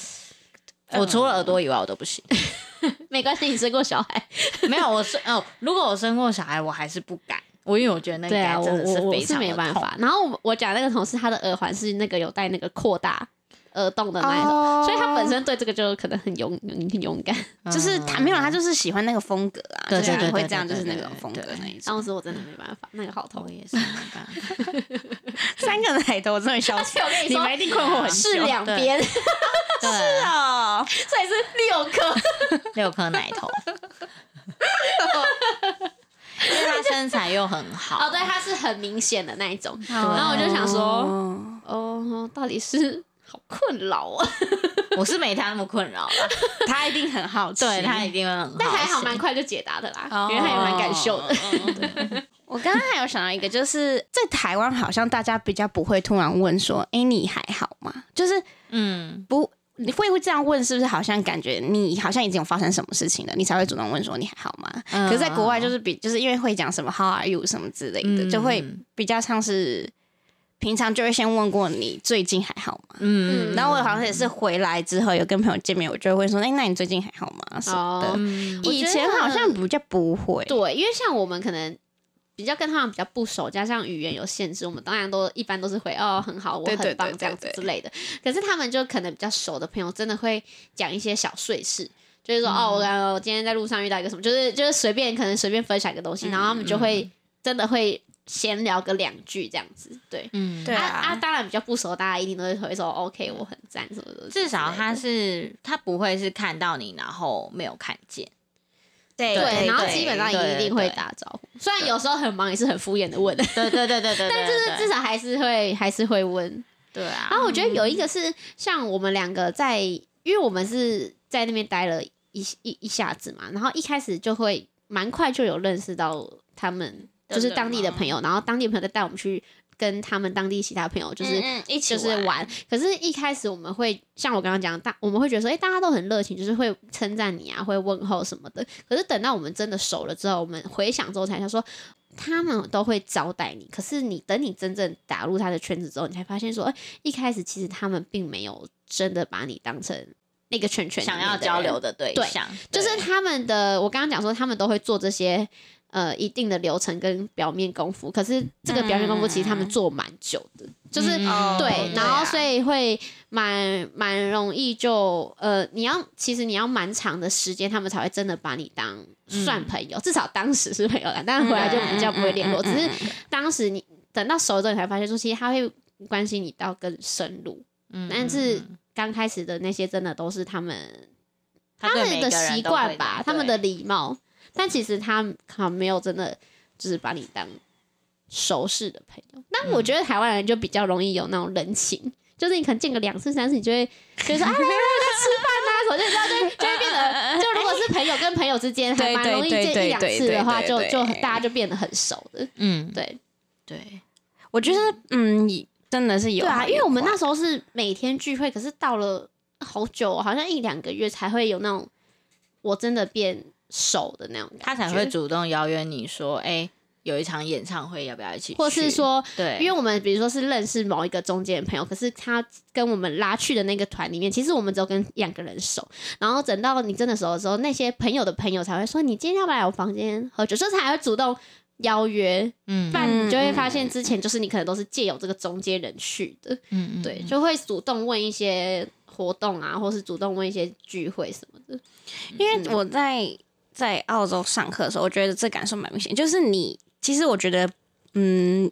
我除了耳朵以外，我都不行。
没关系，你生过小孩，
没有，我是哦，如果我生过小孩，我还是不敢。我因为我觉得那应
对
该
啊，我
真的
我我
非
是
常
没
的
办
痛。
法。然后我我讲那个同事，他的耳环是那个有带那个扩大耳洞的那一种，
哦
所以他本身对这个就可能很勇很勇敢。嗯
就是他没有，他
就
就是喜欢那个风格啊，
对
就是
对对
会
对
这样，就
对
是那
对
种
对
风格
对
那一种。
当时我真的没办法，那个好痛。
我。也是没办 法。
三个奶头，我真的笑死
我跟你
你们一定困惑很久。
是两
对
边，
对，
哦，
所以是六颗。
啊六颗奶头， 因为他身材又很好。
哦，对，它是很明显的那一种。
然
然后我就想说，
哦，
哦，到底是好困扰啊。
我是没他那么困扰 啦，
他一定很好奇。
对他一定会很好奇。
但还好，蛮快嗯就解答的啦，
哦
因为他也蛮敢秀的。
我刚刚还有想到一个，就是在台湾好像大家比较不会突然问说：“哎、你还好吗？”就是
嗯，
不你会会这样问，是不是好像感觉你好像已经有发生什么事情了，你才会主动问说你还好吗？
可
可是在国外就是比就是因为会讲什么 How are you 什么之类的，就会比较像是平常就会先问过你最近还好吗？
嗯
然后我好像也是回来之后有跟朋友见面，我就会问说：“哎、那你最近还好吗？”什么的。
哦
嗯
我
以
觉得
前好像比较不会，
对，因为像我们可能。比较跟他们比较不熟，加上语言有限制，我们当然都一般都是会哦很好，我
对对
很棒
对
这样子
对
之类的。可是他们就可能比较熟的朋友，真的会讲一些小碎事，就是说、哦，我刚刚我今天在路上遇到一个什么，就是就是随便可能随便分享一个东西，然后他们就会真的会闲聊个两句这样子。对，
嗯，
对
啊
啊
啊，当然比较不熟，大家一定都会会说 OK，我很赞什么的。
至少他
是
是他不会是看到你，然后没有看见。
对
对，然后
对
基本上
对
一定会
对
打招呼，虽然有时候很忙也是很敷衍的问，
对对对对对，
但就是至少还是会还是会问。
对啊
然，后我觉得有一个是像我们两个在，因为我们是在那边待了一一一下子嘛，然后一开始就会蛮快就有认识到他们，就是当地的朋友，然后当地的朋友再带我们去跟他们当地其他朋友，就是
嗯一起
就是玩。可是，一开始我们会像我刚刚讲，大我们会觉得说，哎、大家都很热情，就是会称赞你啊，会问候什么的。可是等到我们真的熟了之后，我们回想之后才想说，他们都会招待你。可是你等你真正打入他的圈子之后，你才发现说，哎、一开始其实他们并没有真的把你当成那个圈圈里
想
面的
要
人
交流的对啊象，
就是
对
他们的，我刚刚讲说他们都会做这些呃一定的流程跟表面功夫，可是这个表面功夫其实他们做蛮久的，就是、
嗯
对，然后所以会蛮蛮容易就呃，你要其实你要蛮长的时间，他们才会真的把你当算朋友，至少当时是朋友啦，
嗯
当然回来就比较不会联络，只是当时你等到熟了之后，你才发现说其实他会关心你到更深入，
嗯
但是刚开始的那些真的都是他们。
他
他
对
们
每
的
个人
习
都
惯
会
吧
对，
他们的礼貌。但其实他可能没有真的就是把你当熟识的朋友。但我觉得台湾人就比较容易有那种人情，就是你可能见个两次三次，你就会就会说啊来来来来吃饭啊什么，就知道就就会变 得，就如果是朋友跟朋友之间还
对
蛮
对
容易
对
见
对
一两
对
次
对
的话，
对
就
对
就大家就变得很熟的。
嗯
对
对，
我觉得嗯，真的是有
对啊，
好
因为
有
我们
坏
那时候是每天聚会，可是到了好久哦，好像一两个月才会有那种我真的变熟的那种感觉
他才会主动邀约你说，哎，有一场演唱会要不要一起去？
或是说，
对，
因为我们比如说是认识某一个中间的朋友，可是他跟我们拉去的那个团里面，其实我们只有跟两个人熟，然后等到你真的熟的时候，那些朋友的朋友才会说你今天要不要来我房间喝酒，就是才会主动邀约，
嗯
不然你就会发现之前就是你可能都是借由这个中间人去的，
嗯
对，就会主动问一些活动啊，或是主动问一些聚会什么的，
因为我在在澳洲上课的时候，我觉得这感受蛮明显，就是你其实我觉得，嗯，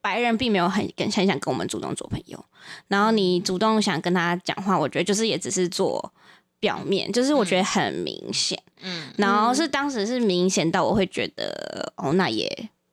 白人并没有很跟很想
嗯
跟我们主动做朋友，然后你主动想跟他讲话，我觉得就是也只是做表面，就是我觉得很明显。
嗯，
然后是当时是明显到我会觉得，哦，那也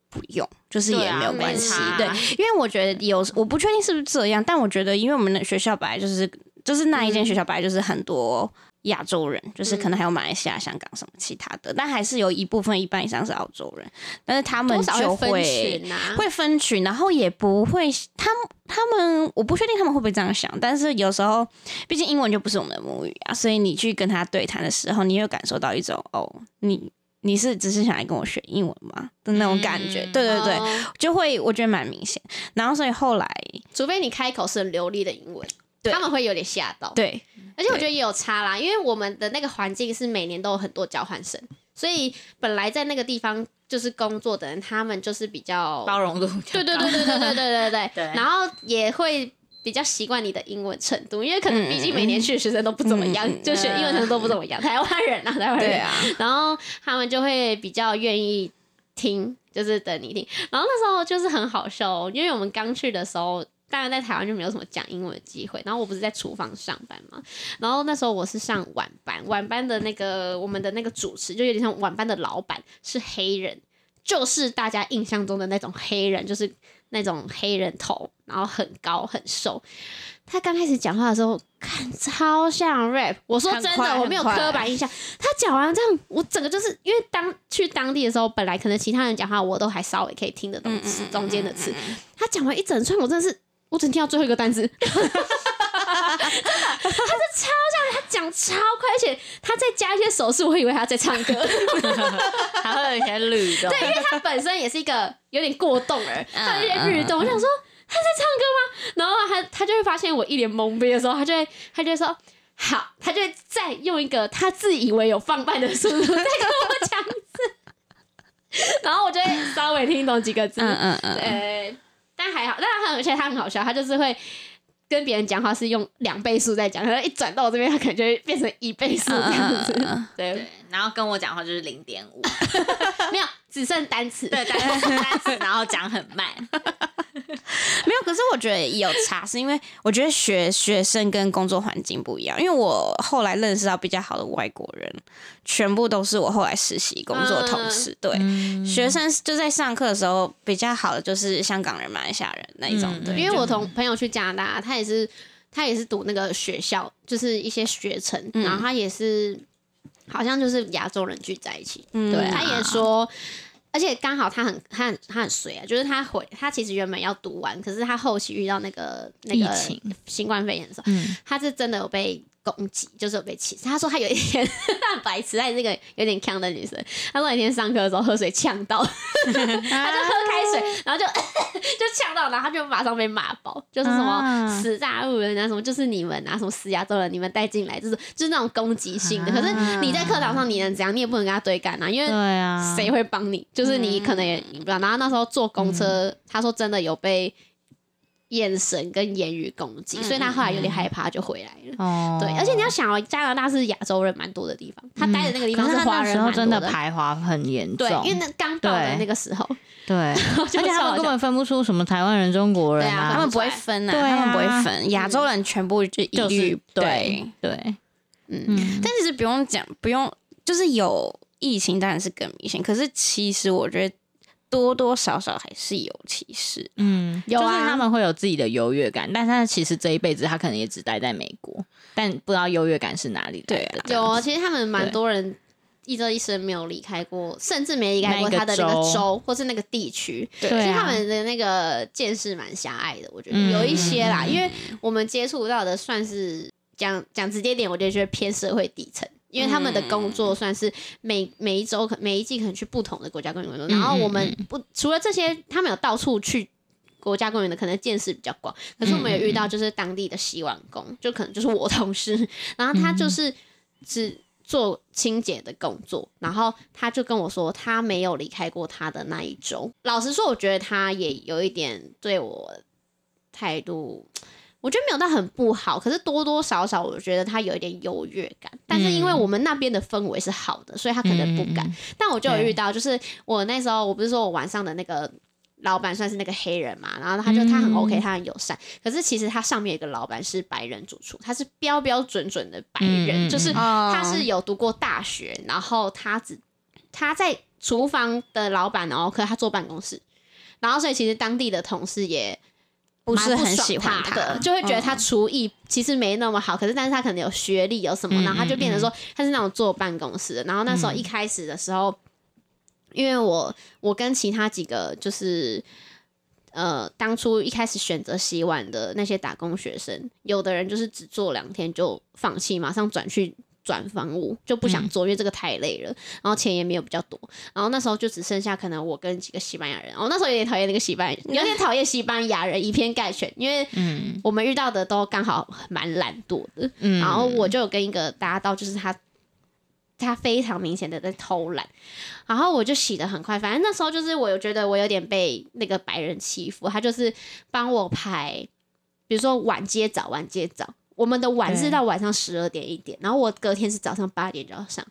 不用，就是
对
也
啊
没有
没
关系，
差啊
对，因为我觉得有，我不确定是不是这样，但我觉得，因为我们的学校本来就是，就是那
嗯
一间学校本来就是很多亚洲人，就是可能还有马来西亚、香港什么其他的，但还是有一部分一半以上是澳洲人，但是他们
多少
就
分群啊，
会分群，然后也不会，他们他们我不确定他们会不会这样想，但是有时候，毕竟英文就不是我们的母语啊，所以你去跟他对谈的时候，你会感受到一种哦，你你是只是想来跟我学英文吗的那种感觉，
嗯
对对对，
哦
就会我觉得蛮明显。然后所以后来
除非你开口是很流利的英文，
对
他们会有点吓到。
对
而且我觉得也有差啦，因为我们的那个环境是每年都有很多交换生，所以本来在那个地方就是工作的人，他们就是比较
包容度比较
对对
高，
对对对对对对对
对
然后也会。比较习惯你的英文程度，因为可能
嗯
毕竟每年去的学生都不怎么样，
嗯嗯
就学英文程度都不怎么样，台湾人啊，台湾人，
啊，
然后他们就会比较愿意听，就是等你听。然后那时候就是很好笑、哦，因为我们刚去的时候，当然在台湾就没有什么讲英文的机会。然后我不是在厨房上班嘛，然后那时候我是上晚班，晚班的那个我们的那个主持就有点像晚班的老板是黑人，就是大家印象中的那种黑人，就是那种黑人头，然后很高很瘦。他刚开始讲话的时候，看超像 rap。我说
很
真
快
的，我没有
很快
刻板印象。他讲完这样，我整个就是因为当去当地的时候，本来可能其他人讲话我都还稍微可以听得懂
嗯嗯
词
嗯
中间的词，他讲完一整串，我真的是我只听到最 后一个单词。真的，他是超像，他讲超快，而且他再加一些手势，我以为他在唱歌。
还会有一些律动，对，
他本身也是一个有点过动
嗯
儿，他有点律动。我想说他在唱歌吗？然后他他就会发现我一脸懵逼的时候，他就会他就会说好，他就会再用一个他自以为有放慢的速度 再跟我讲一次，然后我就会稍微听懂几个字。
嗯嗯嗯，
呃，但还好，但他很而且他很好笑，他就是会。跟别人讲话是用两倍速在讲，然后一转到我这边，他可能就会变成一倍速这样子。
嗯嗯嗯
对，
然后跟我讲话就是零点 五，
嗯
没有，只剩单词。
对，单词单词，然后讲很慢，
没有，可是我觉得有差，是因为我觉得学学生跟工作环境不一样。因为我后来认识到比较好的外国人，全部都是我后来实习工作的同事。对，
嗯
学生就在上课的时候比较好的就是香港人、马来西亚人那一种。
嗯
对，
因为我同朋友去加拿大，他也是他也是读那个学校，就是一些学程，
嗯
然后他也是好像就是亚洲人聚在一起，
嗯
对，他也说。而且刚好他很他很他很随啊，就是他回他其实原本要读完，可是他后期遇到那个那
疫
个
情，
新冠肺炎的时候，
嗯，
他是真的有被攻击，就是有被歧视。他说他有一天， 他很白痴，他也是一个有点呛的女生。他说有一天上课的时候喝水呛到，他就喝开水，然后就 就呛到，然后他就马上被骂爆，就是什么
啊
死大陆人啊，什么就是你们啊，什么死亚洲人，你们带进来，就是就是那种攻击性的。
啊
可是你在课堂上你能怎样？你也不能跟他对干啊，因为
啊嗯
谁会帮你？就是你可能也你不知道。然后那时候坐公车，他说真的有被眼神跟言语攻击，所以他后来有点害怕，就回来了。
嗯哦
对，而且你要想哦，加拿大是亚洲人蛮多的地方，他待的那个地
嗯可
方
是他
华
那
人
时候
蛮多
真的排华很严重，
对，因为那刚到的那个时候，
对，而
就
且他
笑
们
了
根本分不出什么台湾人、中国人
对啊
他们
分
不会
出来
分呐、
对啊
他们不会分，亚洲人全部就一
就
律、
是对
啊
对，
嗯，
嗯，
但其实不用讲，不用，就是有疫情当然是更明显，可是其实我觉得多多少少还是有歧视。
嗯，
有
就是他
啊，
们会有自己的优越感，但他其实这一辈子他可能也只待在美国，但不知道优越感是哪里来
对
的
啊。
有啊，其实他们蛮
对
多人。一这一生没有离开过，甚至没离开
那
过
一个
他的那个
州
州或是那个地区，
对
其实
啊
他们的那个见识蛮狭隘的，我觉得、
嗯
有一些啦，
嗯
因为我们接触到的算是讲讲直接点，我就觉得偏社会底层，因为他们的工
嗯
作算是每每一周可每一季可能去不同的国家公园工
嗯
作，然后我们不、除了这些，他们有到处去。国家公园的可能见识比较广，可是我
嗯
们有遇到就是当地的洗碗工，就可能就是我同事，然后他
嗯
就是只做清洁的工作，然后他就跟我说他没有离开过他的那一周。老实说，我觉得他也有一点对我态度，我觉得没有到很不好，可是多多少少我觉得他有一点优越感。但是因为我们那边的氛围是
嗯
好的，所以他可能不敢。但我就有遇到，就是我那时候我不是说我晚上的那个老板算是那个黑人嘛，然后他就
嗯
他很 OK，他很友善。可是其实他上面有一个老板是白人主厨，他是标标准准的白人，
嗯嗯
就是
嗯
哦
他是有读过大学，然后他只他在厨房的老板哦，可是他坐办公室，然后所以其实当地的同事也
不是
蛮不
很
爽
喜欢
他
他
的，就会觉得他
嗯
厨艺其实没那么好，可是但是他可能有学历有什么，
嗯
然后他就变成说他是那种坐办公室的。然后那时候
嗯
一开始的时候，因为我我跟其他几个就是。呃，当初一开始选择洗碗的那些打工学生，有的人就是只做两天就放弃，马上转去转房务，就不想做，因为这个太累了，然后钱也没有比较多，然后那时候就只剩下可能我跟几个西班牙人，我、哦那时候有点讨厌那个西班牙人，有点讨厌西班牙人以偏概全，因为
嗯
我们遇到的都刚好蛮懒惰的，
嗯，
然后我就有跟一个搭到，就是他。他非常明显的在偷懒，然后我就洗的很快。反正那时候就是我有觉得我有点被那个白人欺负，他就是帮我排，比如说晚接早，晚接早。我们的晚是
对
到晚上十二点一点，然后我隔天是早上八点就要上。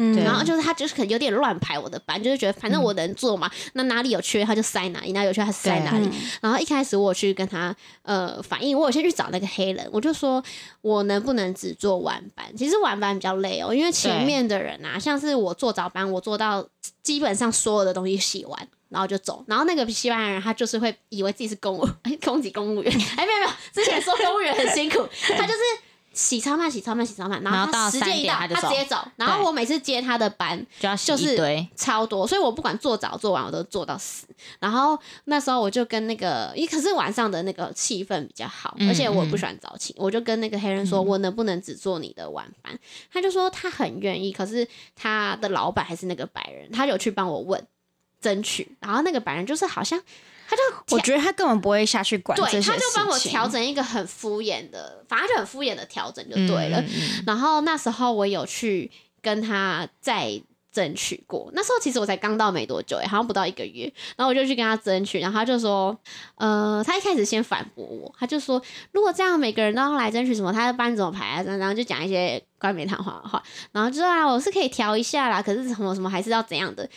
嗯
对
然后就是他就是可能有点乱排我的班，就是觉得反正我能做嘛，那哪里有缺他就塞哪里，哪里有缺他塞哪
嗯
里。然后一开始我有去跟他呃反映，我有先去找那个黑人，我就说我能不能只做晚班？其实晚班比较累哦，因为前
对
面的人啊，像是我做早班，我做到基本上所有的东西洗完。然后就走，然后那个西班牙人他就是会以为自己是公务，空级公务员， 哎，没有没有，之前说公务员很辛苦，他就是洗超慢，洗超慢，洗超慢，然
然
后
后
他
到
时间一到，
3点他就
直接走。然后
对
我每次接他的班，
就要洗
就是
一堆，
超多，所以我不管做早做晚，我都做到死。然后那时候我就跟那个，因为可是晚上的那个气氛比较好，
嗯
而且我不喜欢早起，我就跟那个黑人
嗯
说，我能不能只做你的晚班？他就说他很愿意，可是他的老板还是那个白人，他有去帮我问争取，然后那个白人就是好像他就
我觉得他根本不会下去管这些
对，
事情。嗯
他就帮我调整一个很敷衍的，反正就很敷衍的调整就对了。
嗯，嗯
然后那时候我有去跟他再争取过，那时候其实我才刚到没多久、欸，好像不到一个月，然后我就去跟他争取，然后他就说，呃，他一开始先反驳我，他就说，如果这样每个人都要来争取什么，他的班怎么排啊？然后就讲一些冠冕堂皇的话，然后就说啊，我是可以调一下啦，可是什么什么还是要怎样的，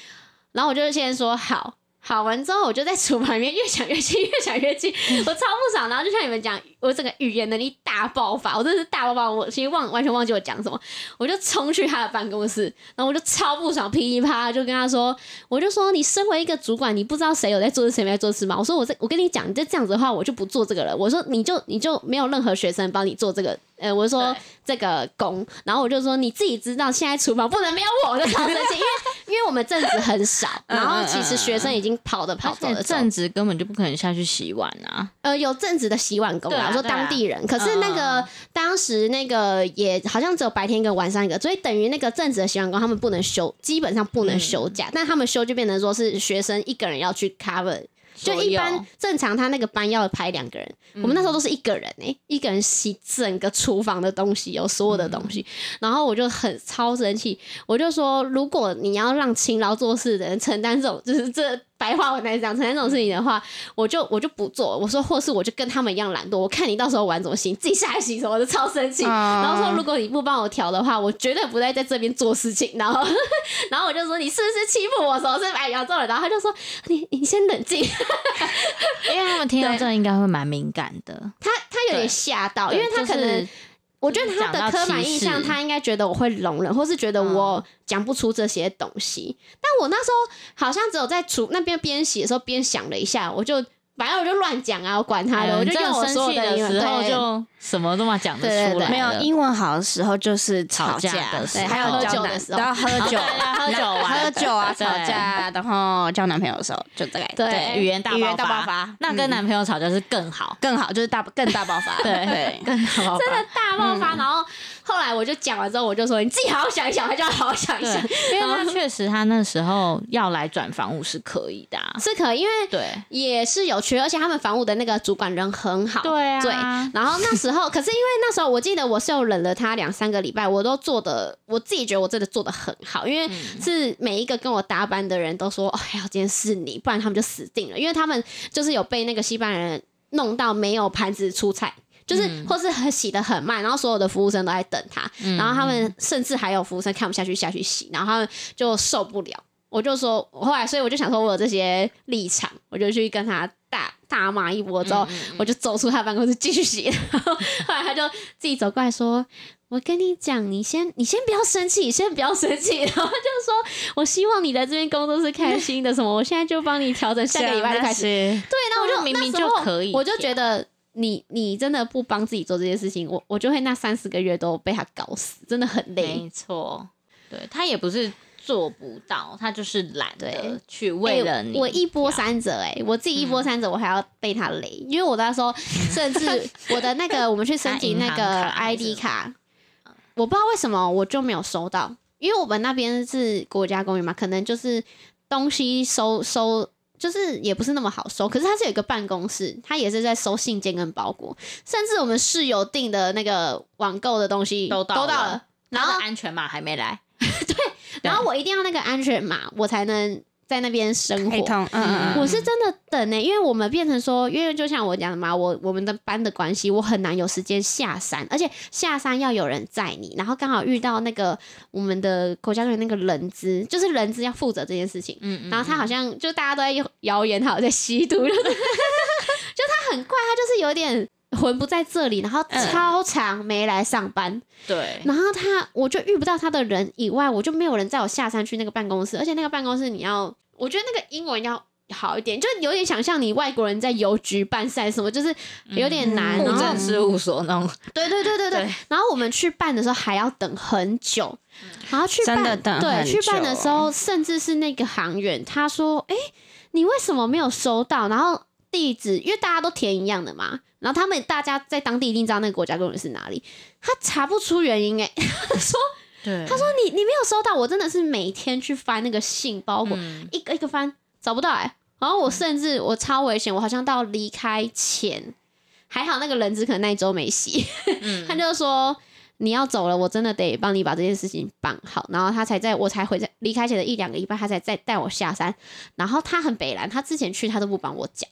然后我就先说好。好完之后，我就在厨房里面越想越气，越想越气，
嗯
我超不爽。然后就像你们讲，我整个语言能力大爆发，我真的是大爆发。我其实忘完全忘记我讲什么，我就冲去他的办公室，然后我就超不爽，噼里啪啦就跟他说，我就说你身为一个主管，你不知道谁有在做事，谁没在做事吗？我说我在，我跟你讲，你再这样子的话，我就不做这个了。我说你就你就没有任何学生帮你做这个，呃，我说
对
这个工，然后我就说你自己知道，现在厨房不能没有我，我就超生气，因为因为我们正职很少，
嗯
然后其实学生已经跑的跑
而
走
且
的走
正职根本就不可能下去洗碗啊，
呃，有正职的洗碗工
对
啦，
啊
我说
对啊嗯
当地人，可是那个、当时那个也好像只有白天跟晚上一个，所以等于那个正职的洗碗工他们不能休，基本上不能休假，
嗯
但他们休就变成说是学生一个人要去 cover。就
所
一
有
般正常，他那个班要排两个人，
嗯
我们那时候都是一个人诶、一个人洗整个厨房的东西，有所有的东西。然后我就很超生气，我就说，如果你要让勤劳做事的人承担这种，就是这白话文来讲，承担这种事情的话，我就我就不做。我说，或是我就跟他们一样懒惰，我看你到时候玩怎么行，自己下来洗手，我就超生气。
啊
然后说，如果你不帮我调的话，我绝对不会在这边做事情。然后， 然后我就说，你是不是欺负我？什么是哎白羊座人？然后他就说，你你先冷静。
因为他们听到这应该会蛮敏感的，
他他有点
对
吓哦到，因为他
对
可
就是
能我觉得他的刻板印象，
讲到歧视嗯
他应该觉得我会聋人，或是觉得我讲不出这些东西。但我那时候好像只有在厨那边边洗的时候边想了一下，我就反正我就乱讲啊，我管他的，
哎
我
呦
就
你真
用
的
我
生
所
气
有英文
时候
对
就什么都嘛讲得
对对对
出来了，
没有英文好的时候就是吵
吵架的时
对，
候
还有
喝
交
酒
男
的时候
然 后喝 酒，
对啊喝酒啊
喝酒啊，
对
吵架啊，然后交男朋友的时候就大概
对
对语言大
语言
爆
大爆
发，
发，
那
嗯
跟男朋友吵架是更好，
更好就是大更大爆 发，对，
更好吧，
真的大爆
嗯
发。然后后来我就讲完之后，我就说你自己好好想一想，他就要好好想一想，
对，因为他确实他那时候要来转房务是可以的、啊，
是可以，因为
对啊
也是有缺，而且他们房屋的那个主管人很好，
对啊
对。然后那时候，可是因为那时候我记得我是有忍了他两三个礼拜，我都做的，我自己觉得我真的做的很好，因为是每一个跟我搭班的人都说，哎呀，今天是你，不然他们就死定了，因为他们就是有被那个西班牙人弄到没有盘子出菜。就是，或是很洗的很慢，然后所有的服务生都
嗯
在等他，然后他们甚至还有服务生看不下去下去洗，然后他们就受不了，我就说，我后来所以我就想说，我有这些立场，我就去跟他大大骂一波之
嗯
后，我就走出他办公室继续写。 然后后来他就自己走过来说：“我跟你讲，你先你先不要生气，你先不要生气。” 然后就说：“我希望你在这边工作是开心 的，什么？我现在就帮你调整下个礼拜就开
始，
始。”对，那我就
那啊明明
那时候
就可以
我就觉得你你真的不帮自己做这些事情，我我就会那三四个月都被他搞死，真的很累。
没错，对他也不是做不到，他就是懒得
对
去为了
哎
你。嗯
我一波三折哎、我自己一波三折，我还要被他雷，因为我那时 候甚至我的那个我们去申请那
他银
个
行卡还是嗯
ID 卡，我不知道为什么我就没有收到，因为我们那边是国家公园嘛，可能就是东西收收。就是也不是那么好收，可是它是有一个办公室，它也是在收信件跟包裹，甚至我们室友订的那个网购的东西
都
到
到了
了，然
他的
后
安全码还没来，
然后我一定要那个安全码，我才能在那边生活
哎
黑。通，嗯嗯嗯，
我是真的等呢、因为我们变成说，因为就像我讲的嘛，我我们的班的关系，我很难有时间下山，而且下山要有人载你，然后刚好遇到那个我们的国家队那个人资，就是人资要负责这件事情，
嗯
然后他好像就大家都在谣言，他好像在吸毒， 就是就他很怪，他就是有点魂不在这里，然后
嗯
超长没来上班，
对，
然后他我就遇不到他的人以外，我就没有人载我下山去那个办公室，而且那个办公室你要，我觉得那个英文要好一点，就有点想像你外国人在邮局办赛什么，就是有点难。
嗯
户
然后
政事务所那种，
对对对对对，然后我们去办的时候还要等很久，然后去办
真的等
对
很
去办的
久哦
时候，甚至是那个行员他说：“哎、你为什么没有收到？”然后地址，因为大家都填一样的嘛，然后他们大家在当地一定知道那个国家公园是哪里，他查不出原因哎、诶他说。
对，
他说你你没有收到，我真的是每天去翻那个信包裹，
嗯
一个一个翻找不到哎、然后我甚至我超危险，我好像到离开前，还好那个人资可能那一周没洗， 他就说你要走了，我真的得帮你把这件事情办好，然后他才在我才回在离开前的一两个礼拜，他才再带我下山，然后他很北蓝，他之前去他都不帮我讲，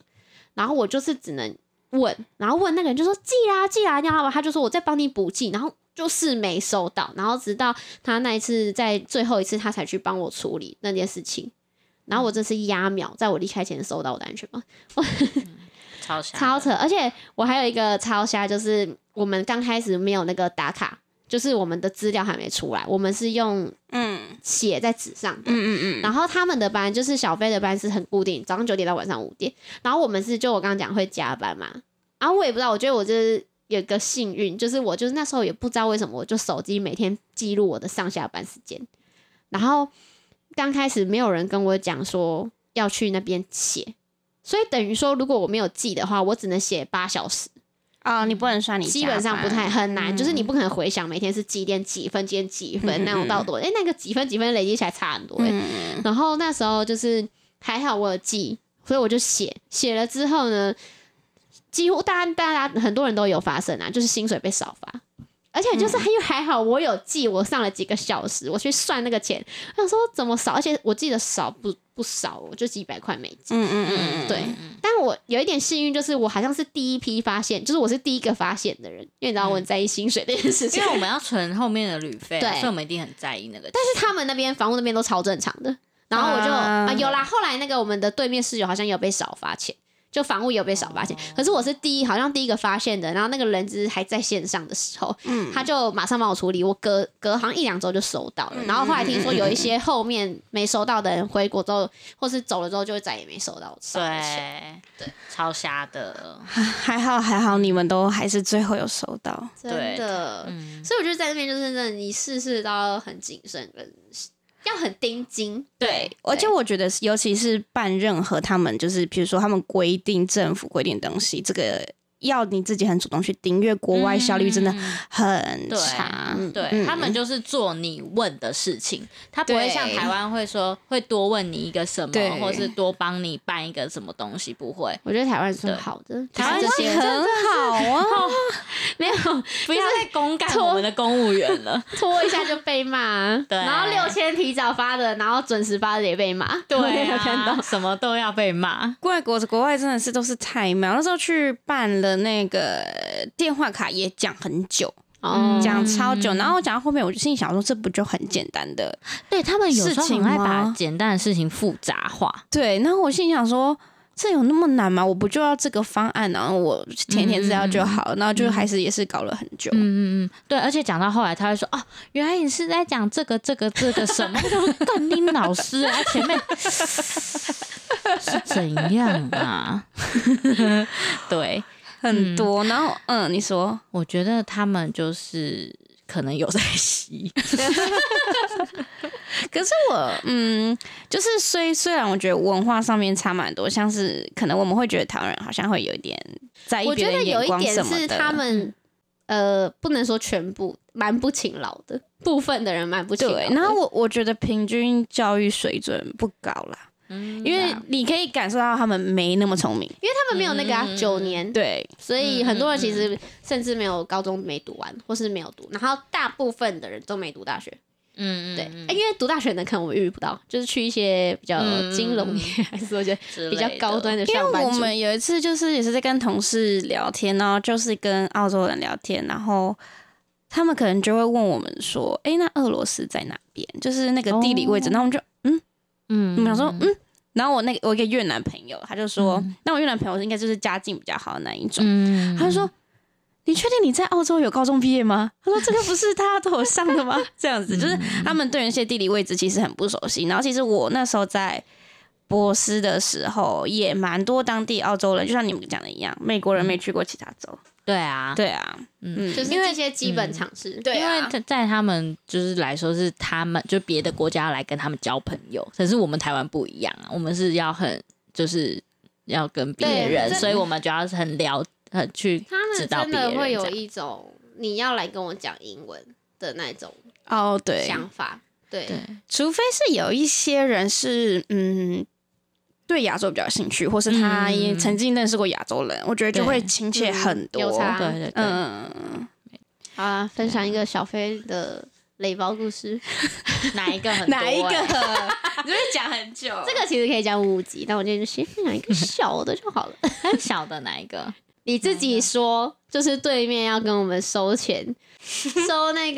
然后我就是只能问，然后问那个人就说寄啦寄啦，然后他就说我再帮你补寄，然后就是没收到，然后直到他那一次在最后一次他才去帮我处理那件事情，然后我真是压秒，在我离开前收到我的安全帽，
超强，
超扯，而且我还有一个超瞎，就是我们刚开始没有那个打卡。就是我们的资料还没出来，我们是用
嗯
写在纸上的，
嗯嗯嗯，
然后他们的班就是小飞的班是很固定，早上九点到晚上五点。然后我们是就我刚刚讲会加班嘛，然后我也不知道，我觉得我就是有个幸运，就是我就是那时候也不知道为什么，我就手机每天记录我的上下班时间。然后刚开始没有人跟我讲说要去那边写，所以等于说如果我没有记的话，我只能写八小时。
哦，你不能算你加班，
基本上不太很难，
嗯
就是你不可能回想每天是几点几分，几点几 分那种到多，哎、那个几分几分累积起来差很多、欸，
嗯，
然后那时候就是还好我有记，所以我就写写了之后呢，几乎大家大家很多人都有发生啊，就是薪水被少发。而
嗯
且就是因为还好我有记，我上了几个小时，我去算那个钱，我想说怎么少，而且我记得少不不少哦，我就几百块美金。
嗯嗯嗯嗯，
对，但我有一点幸运，就是我好像是第一批发现，就是我是第一个发现的人，因为你知道
嗯
我很在意薪水这件事情。
因为我们要存后面的旅费啊，
对
所以我们一定很在意那个钱。
但是他们那边房屋那边都超正常的。然后我就啊
啊
有啦，后来那个我们的对面室友好像有被少发钱，就房屋有被少发钱。可是我是第一，好像第一个发现的。然后那个人资还在线上的时候，
嗯
他就马上帮我处理，我隔隔好像一两周就收到了。
嗯
然后后来听说有一些后面没收到的人回国之后，或是走了之后，就再也没收到少的钱。
对对，超瞎的，
还好还好，你们都还是最后有收到，
真的，
嗯，
所以我觉得在那边就是真的，你事事都要很谨慎，跟要很盯紧。
对，而且我觉得是，尤其是办任何他们就是，比如说他们规定政府规定的东西，这个要你自己很主动去订阅，国外效率真的很
嗯对
差。
嗯
对、
嗯
他们就是做你问的事情，他不会
对
像台湾会说会多问你一个什么，
对
或是多帮你办一个什么东西，不会。
我觉得台湾算
对
好的，
台湾
就是这
是
些
很好啊，
没有
不要再公干
拖
我们的公务员了，
拖一下就被 骂，
对
然后六千提早发的，然后准时发的也被骂，
对
我有看到
啊，什么都要被骂。
外国国外真的是都是太妙。那时候去办了那个电话卡也讲很久，
哦，
讲超久。然后我讲到后面，我就心里想说，这不就很简单的？
对他们有时候
事情
很爱
吗
把简单的事情复杂化，
对，然后我心里想说。这有那么难吗？我不就要这个方案，然后我填填资料就好，然后就还是也是搞了很久。
嗯嗯嗯，对，而且讲到后来，他会说哦，原来你是在讲这个这个这个什么，就断丁老师啊，前面是怎样啊？ 对，
很多，然后嗯，你说
我觉得他们就是可能有在吸，
可是我，嗯，就是虽虽然我觉得文化上面差蛮多，像是可能我们会觉得台湾人好像会有一点在意
我
别
觉
人
得有
眼
一
光
点
什么
是
的，
他们呃，不能说全部，蛮不勤劳的，部分的人蛮不勤劳的。
对。然后我我觉得平均教育水准不高啦，
因
因为你可以感受到他们没那么聪明，
因为他们没有那个啊九、年，
嗯对，嗯
所以很多人其实甚至没有高中没读完，或是没有读，然后大部分的人都没读大学。
嗯
对，因为读大学的可能我们遇不到，就是去一些比较
嗯
金融业，还是我觉得
为
比较高端的
因
上
为
班
我
族。
们有一次就是也是在跟同事聊天，然后就是跟澳洲人聊天，然后他们可能就会问我们说：“诶，那俄罗斯在哪边？”就是那个地理位置。
哦
然后我们就
嗯
我们想说，嗯。然后我那个我一个越南朋友，他就说，那我越南朋友应该就是家境比较好的那一种。
嗯
他就说，你确定你在澳洲有高中毕业吗？他说这个不是大家都有上的吗？ 这样子就是他们对于那些地理位置其实很不熟悉。然后其实我那时候在波斯的时候，也蛮多当地澳洲人，就像你们讲的一样，美国人没去过其他州。
对啊，
对啊，嗯，
就是这些基本常识，对
啊
因为在在他们就是来说是他们就别的国家来跟他们交朋友，可是我们台湾不一样啊，我们是要很就是要跟别
对
人，
这
所以我们就要很了很去
他们
知道
真
别
的
人
会有
这样
一种你要来跟我讲英文的那种
哦对，
想法。对，
对
除非是有一些人是嗯对亚洲比较有兴趣，或是他也
嗯
曾经认识过亚洲人，我觉得就会亲切很多。
嗯有差
对对对，
嗯，
好啊，分享一个小飞的雷包故事，
哪一个很多
哪一个？
欸
你会讲很久？
啊
这个其实可以讲五集，但我今天就先分享一个小的就好 了。
很小的哪一个？
你自己说，就是对面要跟我们收 钱，收那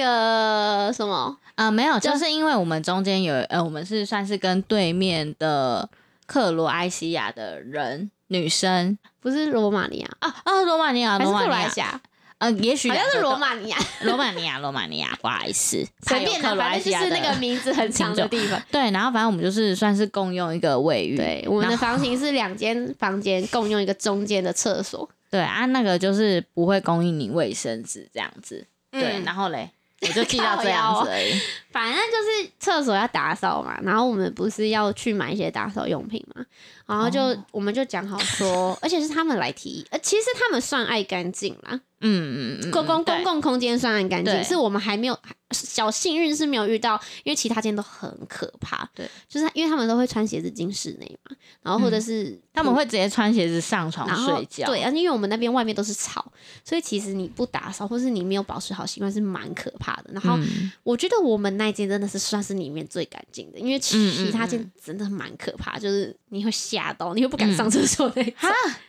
个什么，
呃，没有，就是因为我们中间有呃，我们是算是跟对面的克罗埃西亚的人女生
不是罗马尼亚，
啊啊，罗马尼亚，
还是
罗马
克
尼
罗埃
亚，
西亚，
呃，也许
好像是
两个
罗
都
马 尼亚，
罗马尼亚，罗马尼亚，不好意思，
随便
还
的，
有克罗
反
埃
正
西
就
亚
是那
的
个名字很长的地方。
对，然后反正我们就是算是共用一个卫浴，
对，我们的
然后
房型是两间房间共用一个中间的厕所，
对啊，那个就是不会供应你卫生纸这样子，对，
嗯
然后嘞，我就 记到这
哦
样子而已，
反正就是厕所要打扫嘛。然后我们不是要去买一些打扫用品嘛，然后就、
哦
我们就讲好 说，而且是他们来提议，呃，其实他们算爱干净啦，
嗯嗯嗯，
公公
对
公共空间算很干净，
对
是我们还没有小幸运是没有遇到，因为其他间都很可怕。
对，
就是因为他们都会穿鞋子进室内嘛，然后或者是、
他们会直接穿鞋子上床
然后
嗯睡觉，嗯
对，而且因为我们那边外面都是草，所以其实你不打扫或是你没有保持好习惯是蛮可怕的。然后
嗯，
我觉得我们那一间真的是算是里面最干净的，因为其
嗯嗯
其他间真的蛮可怕，就是你会吓到，你会不敢上厕所 那种。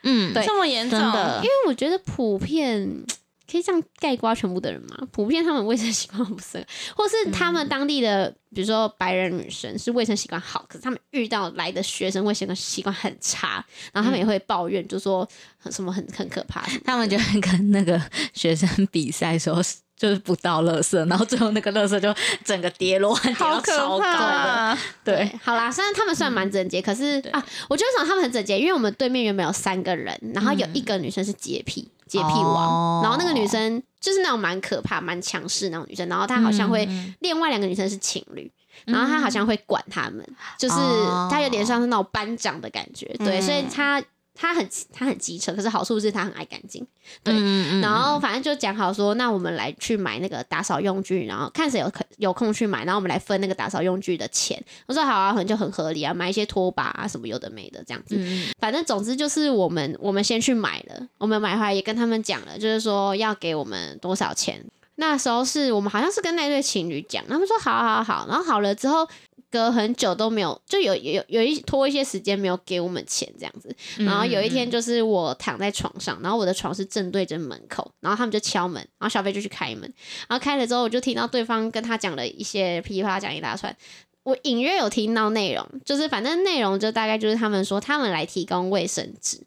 嗯，
对
这么严重
真，的
因，为我觉得普遍可以这样盖瓜全部的人嘛，普遍他们卫生习惯不是很，或是
嗯
他们当地的，比如说白人女生是卫生习惯好，可是他们遇到来的学生卫生习惯很差，然
嗯
后他们也会抱怨，就说很什么很很可怕什么的
他们就会跟那个学生比赛说。就是不到垃圾，然后最后那个垃圾就整个跌落，跌到
好
超
可
高
怕
的。
啊！
对，
好啦，虽然他们算蛮整洁，可是
对
啊，我就想他们很整洁，因为我们对面原本有三个人，然后有一个女生是洁癖，洁癖王，
嗯哦
然后那个女生就是那种蛮可怕、蛮强势那种女生，然后她好像会，
嗯
另外两个女生是情侣。然后她好像会管他们，就是
哦
她有点像是那种班长的感觉，对，所
嗯
以她她很她很机车，可是好处是她很爱干净，对
嗯嗯
然后反正就讲好说，那我们来去买那个打扫用具，然后看谁有可有空去买，然后我们来分那个打扫用具的钱。我说好啊，很就很合理啊，买一些拖把啊什么有的没的这样子。
嗯
反正总之就是我们我们先去买了，我们买回来也跟他们讲了，就是说要给我们多少钱。那时候是我们好像是跟那对情侣讲，他们说好好好，然后好了之后，隔很久都没有，就有有有一拖一些时间没有给我们钱这样子。
嗯
然后有一天就是我躺在床上，然后我的床是正对着门口，然后他们就敲门，然后小飞就去开门，然后开了之后我就听到对方跟他讲了一些噼里啪啦讲一大串。我隐约有听到内容，就是反正内容就大概就是他们说他们来提供卫生纸，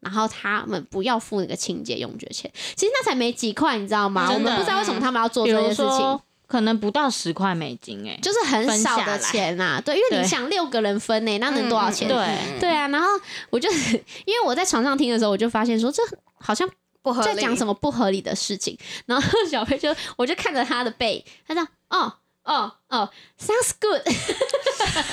然后他们不要付那个清洁用具的钱。其实那才没几块，你知道吗？
真
我
的
们不知道为什么他们要做
比
这
如
件事情。
说可能不到十块美金哎、
就是很少的
分下来
钱呐、对，因为你
对
想六个人分呢、那能多少钱？
嗯嗯
对
对啊，然后我就因为我在床上听的时候，我就发现说这好像
不合
在讲什
么？
么不合理的事情，然后小飞就我就看着他的背，他说哦哦哦，sounds good，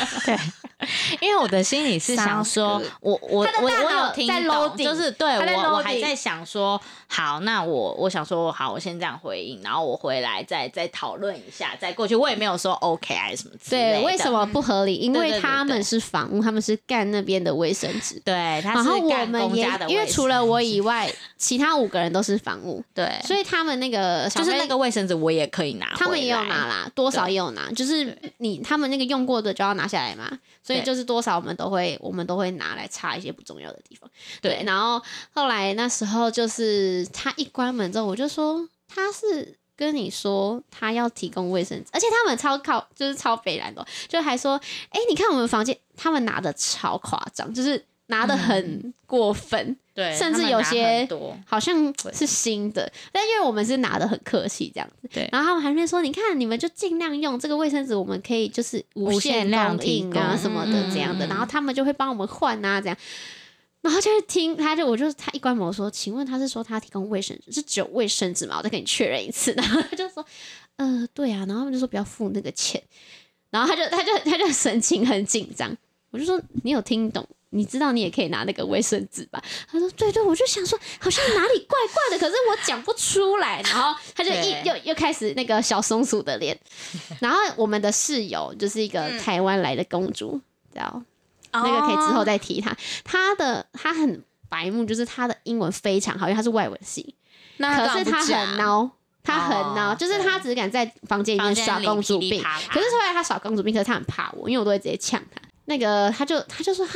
因为我的心里是想说
Sounds good，
我我
他的
我我
大脑
有听
在
懂，
loading，
就是对
他在
我我
loading
还在想说，好，那我我想说，好，我先这样回应，然后我回来再再讨论一下，再过去。我也没有说 OK 还是什么之类的。
对，为什？么不合理？因
对对
为
对
他们
对
是房屋，他们是干那边的卫生纸。
对，他
然
是
后我
干
们
公
也
家的卫生，
因为除了我以外，其他五个人都是房 屋，
对，
所以他们那个小
就是
飞
那个卫生纸我也可以拿回来，
他们也有拿啦，多少也有拿，就是你他们那个用过的就要拿下来嘛，所以
对
就是多少我们都会我们都会拿来擦一些不重要的地方。
对
然后后来那时候就是他一关门之后，我就说他是。跟你说他要提供卫生纸，而且他们超靠就是超北蓝的，哦就还说，哎、你看我们房间，他们拿的超夸张，就是拿
嗯
的很过分，
对，
甚至
他们
有
拿
些
很多
好像是新的，但因为我们是拿的很客气这样子，
对
然后他们还会说，你看你们就尽量用这个卫生纸，我们可以就是无
无限量
供应
提
啊
供
什么的这样的，
嗯嗯嗯
然后他们就会帮我们换啊这样。然后就是听，他就我就他一关门，我说：“请问他是说他提供卫生纸是只有卫生纸吗？”我再跟你确认一次。 然后他就说：“呃，对啊。”然后他们就说不要付那个钱。然后他就他就他就神情很紧张。我就说：“你有听懂？你知道你也可以拿那个卫生纸吧？”他说：“对对，我就想说好像哪里怪怪的，可是我讲不出来。”然后他就一
对
又又开始那个小松鼠的 脸。然后我们的室友就是一
嗯
个台湾来的公主，知道那个可以
哦
之后再提她。她的她很白目，就是她的英文非常好，因为她是外文系，
那
可
干
是
嘛不
她很
讲
孬，她很孬，
哦
就是她只敢在房间里面
房间
耍
里
公主
噼里
病。
啪啦
可是后来她耍公主病，可是她很怕我，因为我都会直接呛她。那个她就她就说哈。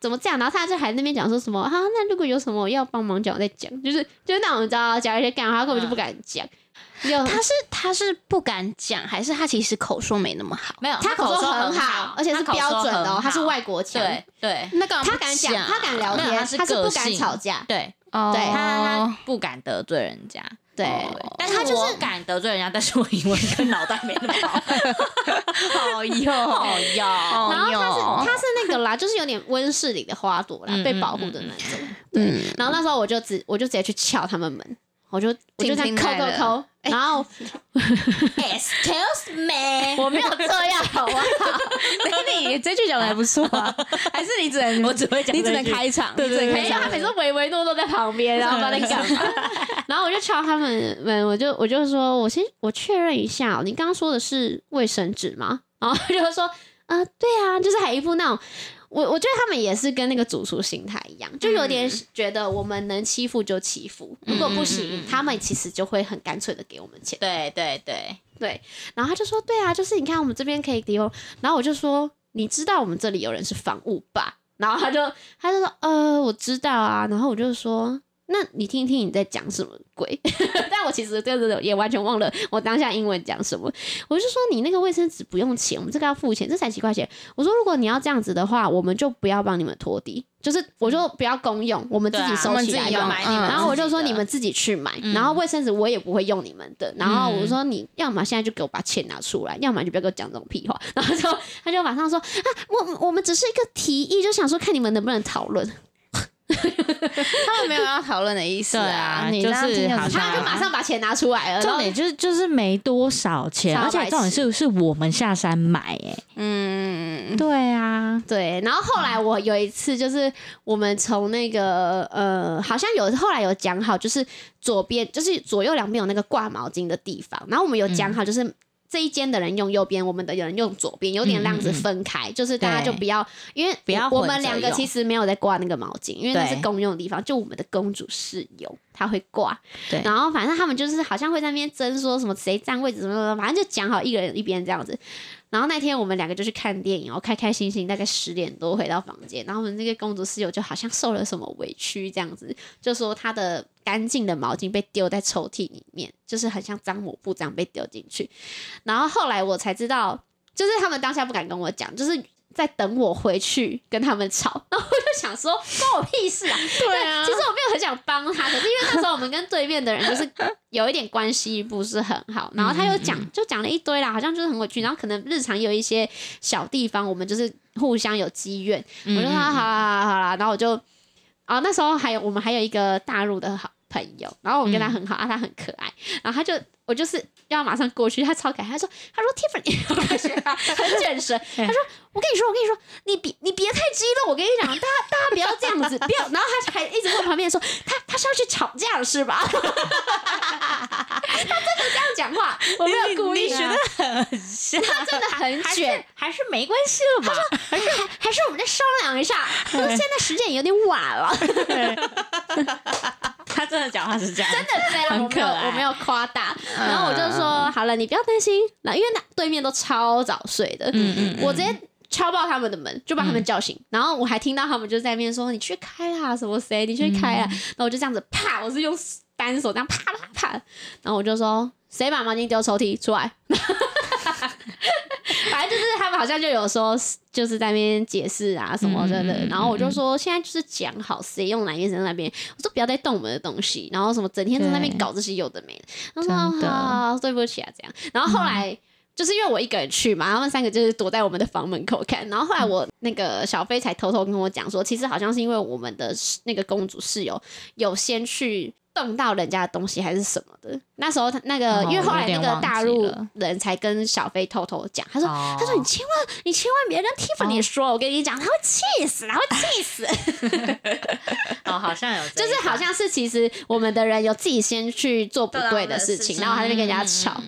怎么这样？然后她就还在那边讲说什么啊？那如果有什么要帮忙讲，我再讲，就是就是那种你知道讲一些干话，她根本就不敢讲。有
他是他是不敢讲，还是他其实口说没那么好？
没有，
她口
说
说
很
好，而且是
他口说
标准的哦
很，
她是
好
外国腔，
对对
那干嘛
他
不
敢讲，
讲，
他敢聊
没有
天，
他是
他是不
个
敢
性
吵架，
对，
哦
对
他他不敢得罪人家，
对。
但是他就是敢得罪人家，但是我英文跟脑袋没那 么好，好哟好哟，
然后他是
哦
他是那个啦，就是有点温室里的花朵啦，
嗯
被保护的那种。
嗯，
然后那时候我就直我就直接去敲他们门，我就我就这样
轻轻
扣
来
扣
了
扣，然后
Excuse me，
我没有这样，好吧？
你这句讲的还不错啊，还是你只能
我只会讲这句，
你只能开场，
对对对
你
没
只
有，
能
他
开
每次
场。
都唯唯诺诺在旁边，然后不知道在干嘛。然后我就敲他们门，我就我就说，我先我确认一下哦、你刚刚说的是卫生纸吗？然后他就说，呃，对啊，就是还一副那种。我我觉得他们也是跟那个主厨心态一样，就有点觉得我们能欺负就欺负，如果不行，他们其实就会很干脆的给我们钱。
对对对，
对，然后他就说：“对啊，就是你看我们这边可以提供。”然后我就说：“你知道我们这里有人是房务吧？”然后他就他就说：“呃，我知道啊。”然后我就说：“那你听听你在讲什么鬼？” 但我其实真的也完全忘了我当下英文讲什么。我就说：“你那个卫生纸不用钱，我们这个要付钱，这才几块钱。”我说：“如果你要这样子的话，我们就不要帮你们拖地，就是我就不要公用，我们自
对啊
己收
我们
起
自己
来
用
用。
买
你们
然后我
嗯自己
就说
的嗯
你们自己去买，然后卫生纸我也不会用你们的。然后我说你要么现在就给我把钱拿出来，要么就不要给我讲这种屁话。 然后就他就马上说啊，我我们只是一个提议，就想说看你们能不能讨论。
啊
他们没有要讨论的意思
对啊
你这样
就是
听
好像
知道
他就马
啊
上把钱拿出来了，然
重
后
点就是就是没多少钱，
超白
而
痴
且重点是是我们下山买哎、
嗯，
对啊，
对，然后后来我有一次就是我们从那个呃，好像有后来有讲
嗯
好，就是左边就是左右两边有那个挂毛巾的地方，然后我们有讲好，就是这一间的人用右边，我们的人用左边，有点那样子分开，就是大家就
嗯对
不要，因为
不要
我
混
们
着
两个
用
其实没有在挂那个毛巾，因为那是
对
公用的地方，就我们的公主室友她会挂，
对
然后反正他们就是好像会在那边争说什么谁占位置什么什么，反正就讲好一个人一边这样子。然后那天我们两个就去看电影，然后开开心心，大概十点多回到房间。然后我们那个公主室友就好像受了什么委屈这样子，就说她的干净的毛巾被丢在抽屉里面，就是很像脏抹布这样被丢进去。然后后来我才知道，就是他们当下不敢跟我讲，就是在等我回去跟他们吵。然后我就想说，关我屁事啊！
对啊
其实我没有很想帮他，可是因为那时候我们跟对面的人就是有一点关系不是很好，然后他又
嗯
讲就讲了一堆啦，好像就是很委屈，然后可能日常有一些小地方，我们就是互相有积怨，我
嗯
就说好啦好啦好啦，然后我就哦那时候还有我们还有一个大陆的好朋友，然后我
嗯
跟他很好、啊，他很可爱，然后他就我就是要马上过去，他超可爱，他说他说 Tiffany，我就学他很卷舌，他
哎
说我跟你说我跟你说你别你别太激动，我跟你讲，大家大家不要这样子， 不要，然后他还一直问旁边说他他是要去吵架了是吧？ 他真的这样讲话，我没有故意
哎啊你
的，
学
他
很
真
像，
的很
还
卷
是。还是没关系了吧？
还是还还是我们再商量一下，现
哎
在时间有点晚了，真
他真的讲话是这样，真
的这样，我
很
没
可
有
爱嗯
我没有夸大，然后我就说好了，你不要担心，那因为那对面都超早睡的，
嗯嗯嗯
我直接。敲爆他们的门，就把他们叫醒，然后我还听到他们就在那边说：“你去开啦，什么谁？你去开
嗯
啦。然后我就这样子啪，我是用单手这样啪啪啪，然后我就说：“谁把毛巾丢抽屉出来？” 反正就是他们好像就有说，就是在那边解释啊什么的
嗯嗯嗯嗯
然后我就说，现在就是讲好谁用哪边谁用那边，我说不要再动我们的东西，然后什么整天在那边
对
搞这些有的没的。他说
真的嗯
好好好对不起啊这样。然后后来。就是因为我一个人去嘛，他们三个就是躲在我们的房门口看。然后
嗯
后来我那个小飞才偷偷跟我讲说，其实好像是因为我们的室那个公主室友有先去动到人家的东西还是什么的。那时候他那个，
哦
因为后来
有
那
点
个大
忘记
陆
了
人才跟小飞偷偷讲，他
的
说。
哦
他说：“你千万，你千万别跟 Tiffany 说，我跟你讲，他会气死，他会气死。
哦，好像有这
就
一段，
是好像是其实我们的人有自己先去做不对嗯的事情，
做到的事情
然后他就跟人家吵。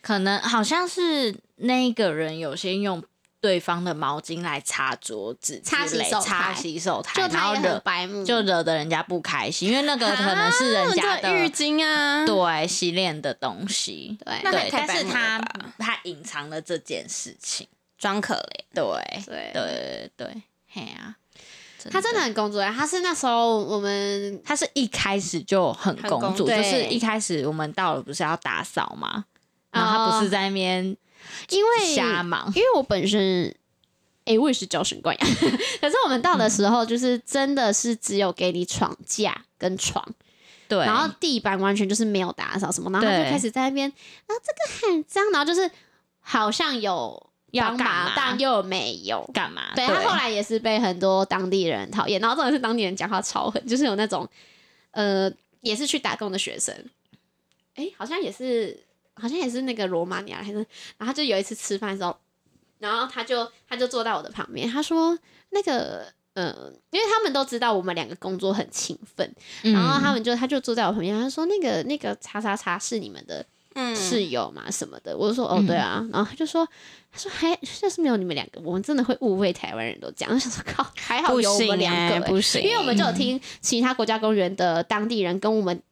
可能好像是那一个人有先用对方的毛巾来擦桌子之
擦洗
类、
手台
擦洗手台，
就
然
他
后
也很
惹
白目，
就惹得人家不开心，因为那个可能是人家的、
就浴巾啊，
对洗脸的东西，
对
那
对
还，太
但
白
是
目了
他
吧
他隐藏了这件事情，
装可怜。
对
对
对对对，嘿啊，
他真的很工作啊，他是那时候我们
他是一开始就很
很
公
公
主，
对
就是一开始我们到了不是要打扫吗？然后
哦
他不是在那边
因为
瞎忙，
因为我本身。诶，我也是娇生惯养， 可是我们到的时候，就是真的是只有给你床架跟床，
对，
然后地板完全就是没有打扫什么，然后他就
对
开始在那边啊，这个很脏，然后就是好像有
要
帮
干
忙
嘛，
但又没有。
干嘛？
啊对他后来也是被很多当地人讨厌，然后重点是当地人讲话超狠， 就是有那种呃，也是去打工的学生，诶，好像也是，好像也是那个罗马尼亚还是，然后他就有一次吃饭的时候，然后他就他就坐到我的旁边，他说那个。呃，因为他们都知道我们两个工作很勤奋，
嗯，
然后他们就他就坐在我旁边，他说那个那个叉叉叉是你们的
嗯，
室友嘛什么的，我就说哦
嗯
对啊，然后他就说他说还就是没有你们两个，我们真的会误会台湾人都这样。我想说靠，还好
不
有我们
行
两个
哎，
欸、
不行，
因为我们就有听其他国家公园的当地人跟我们。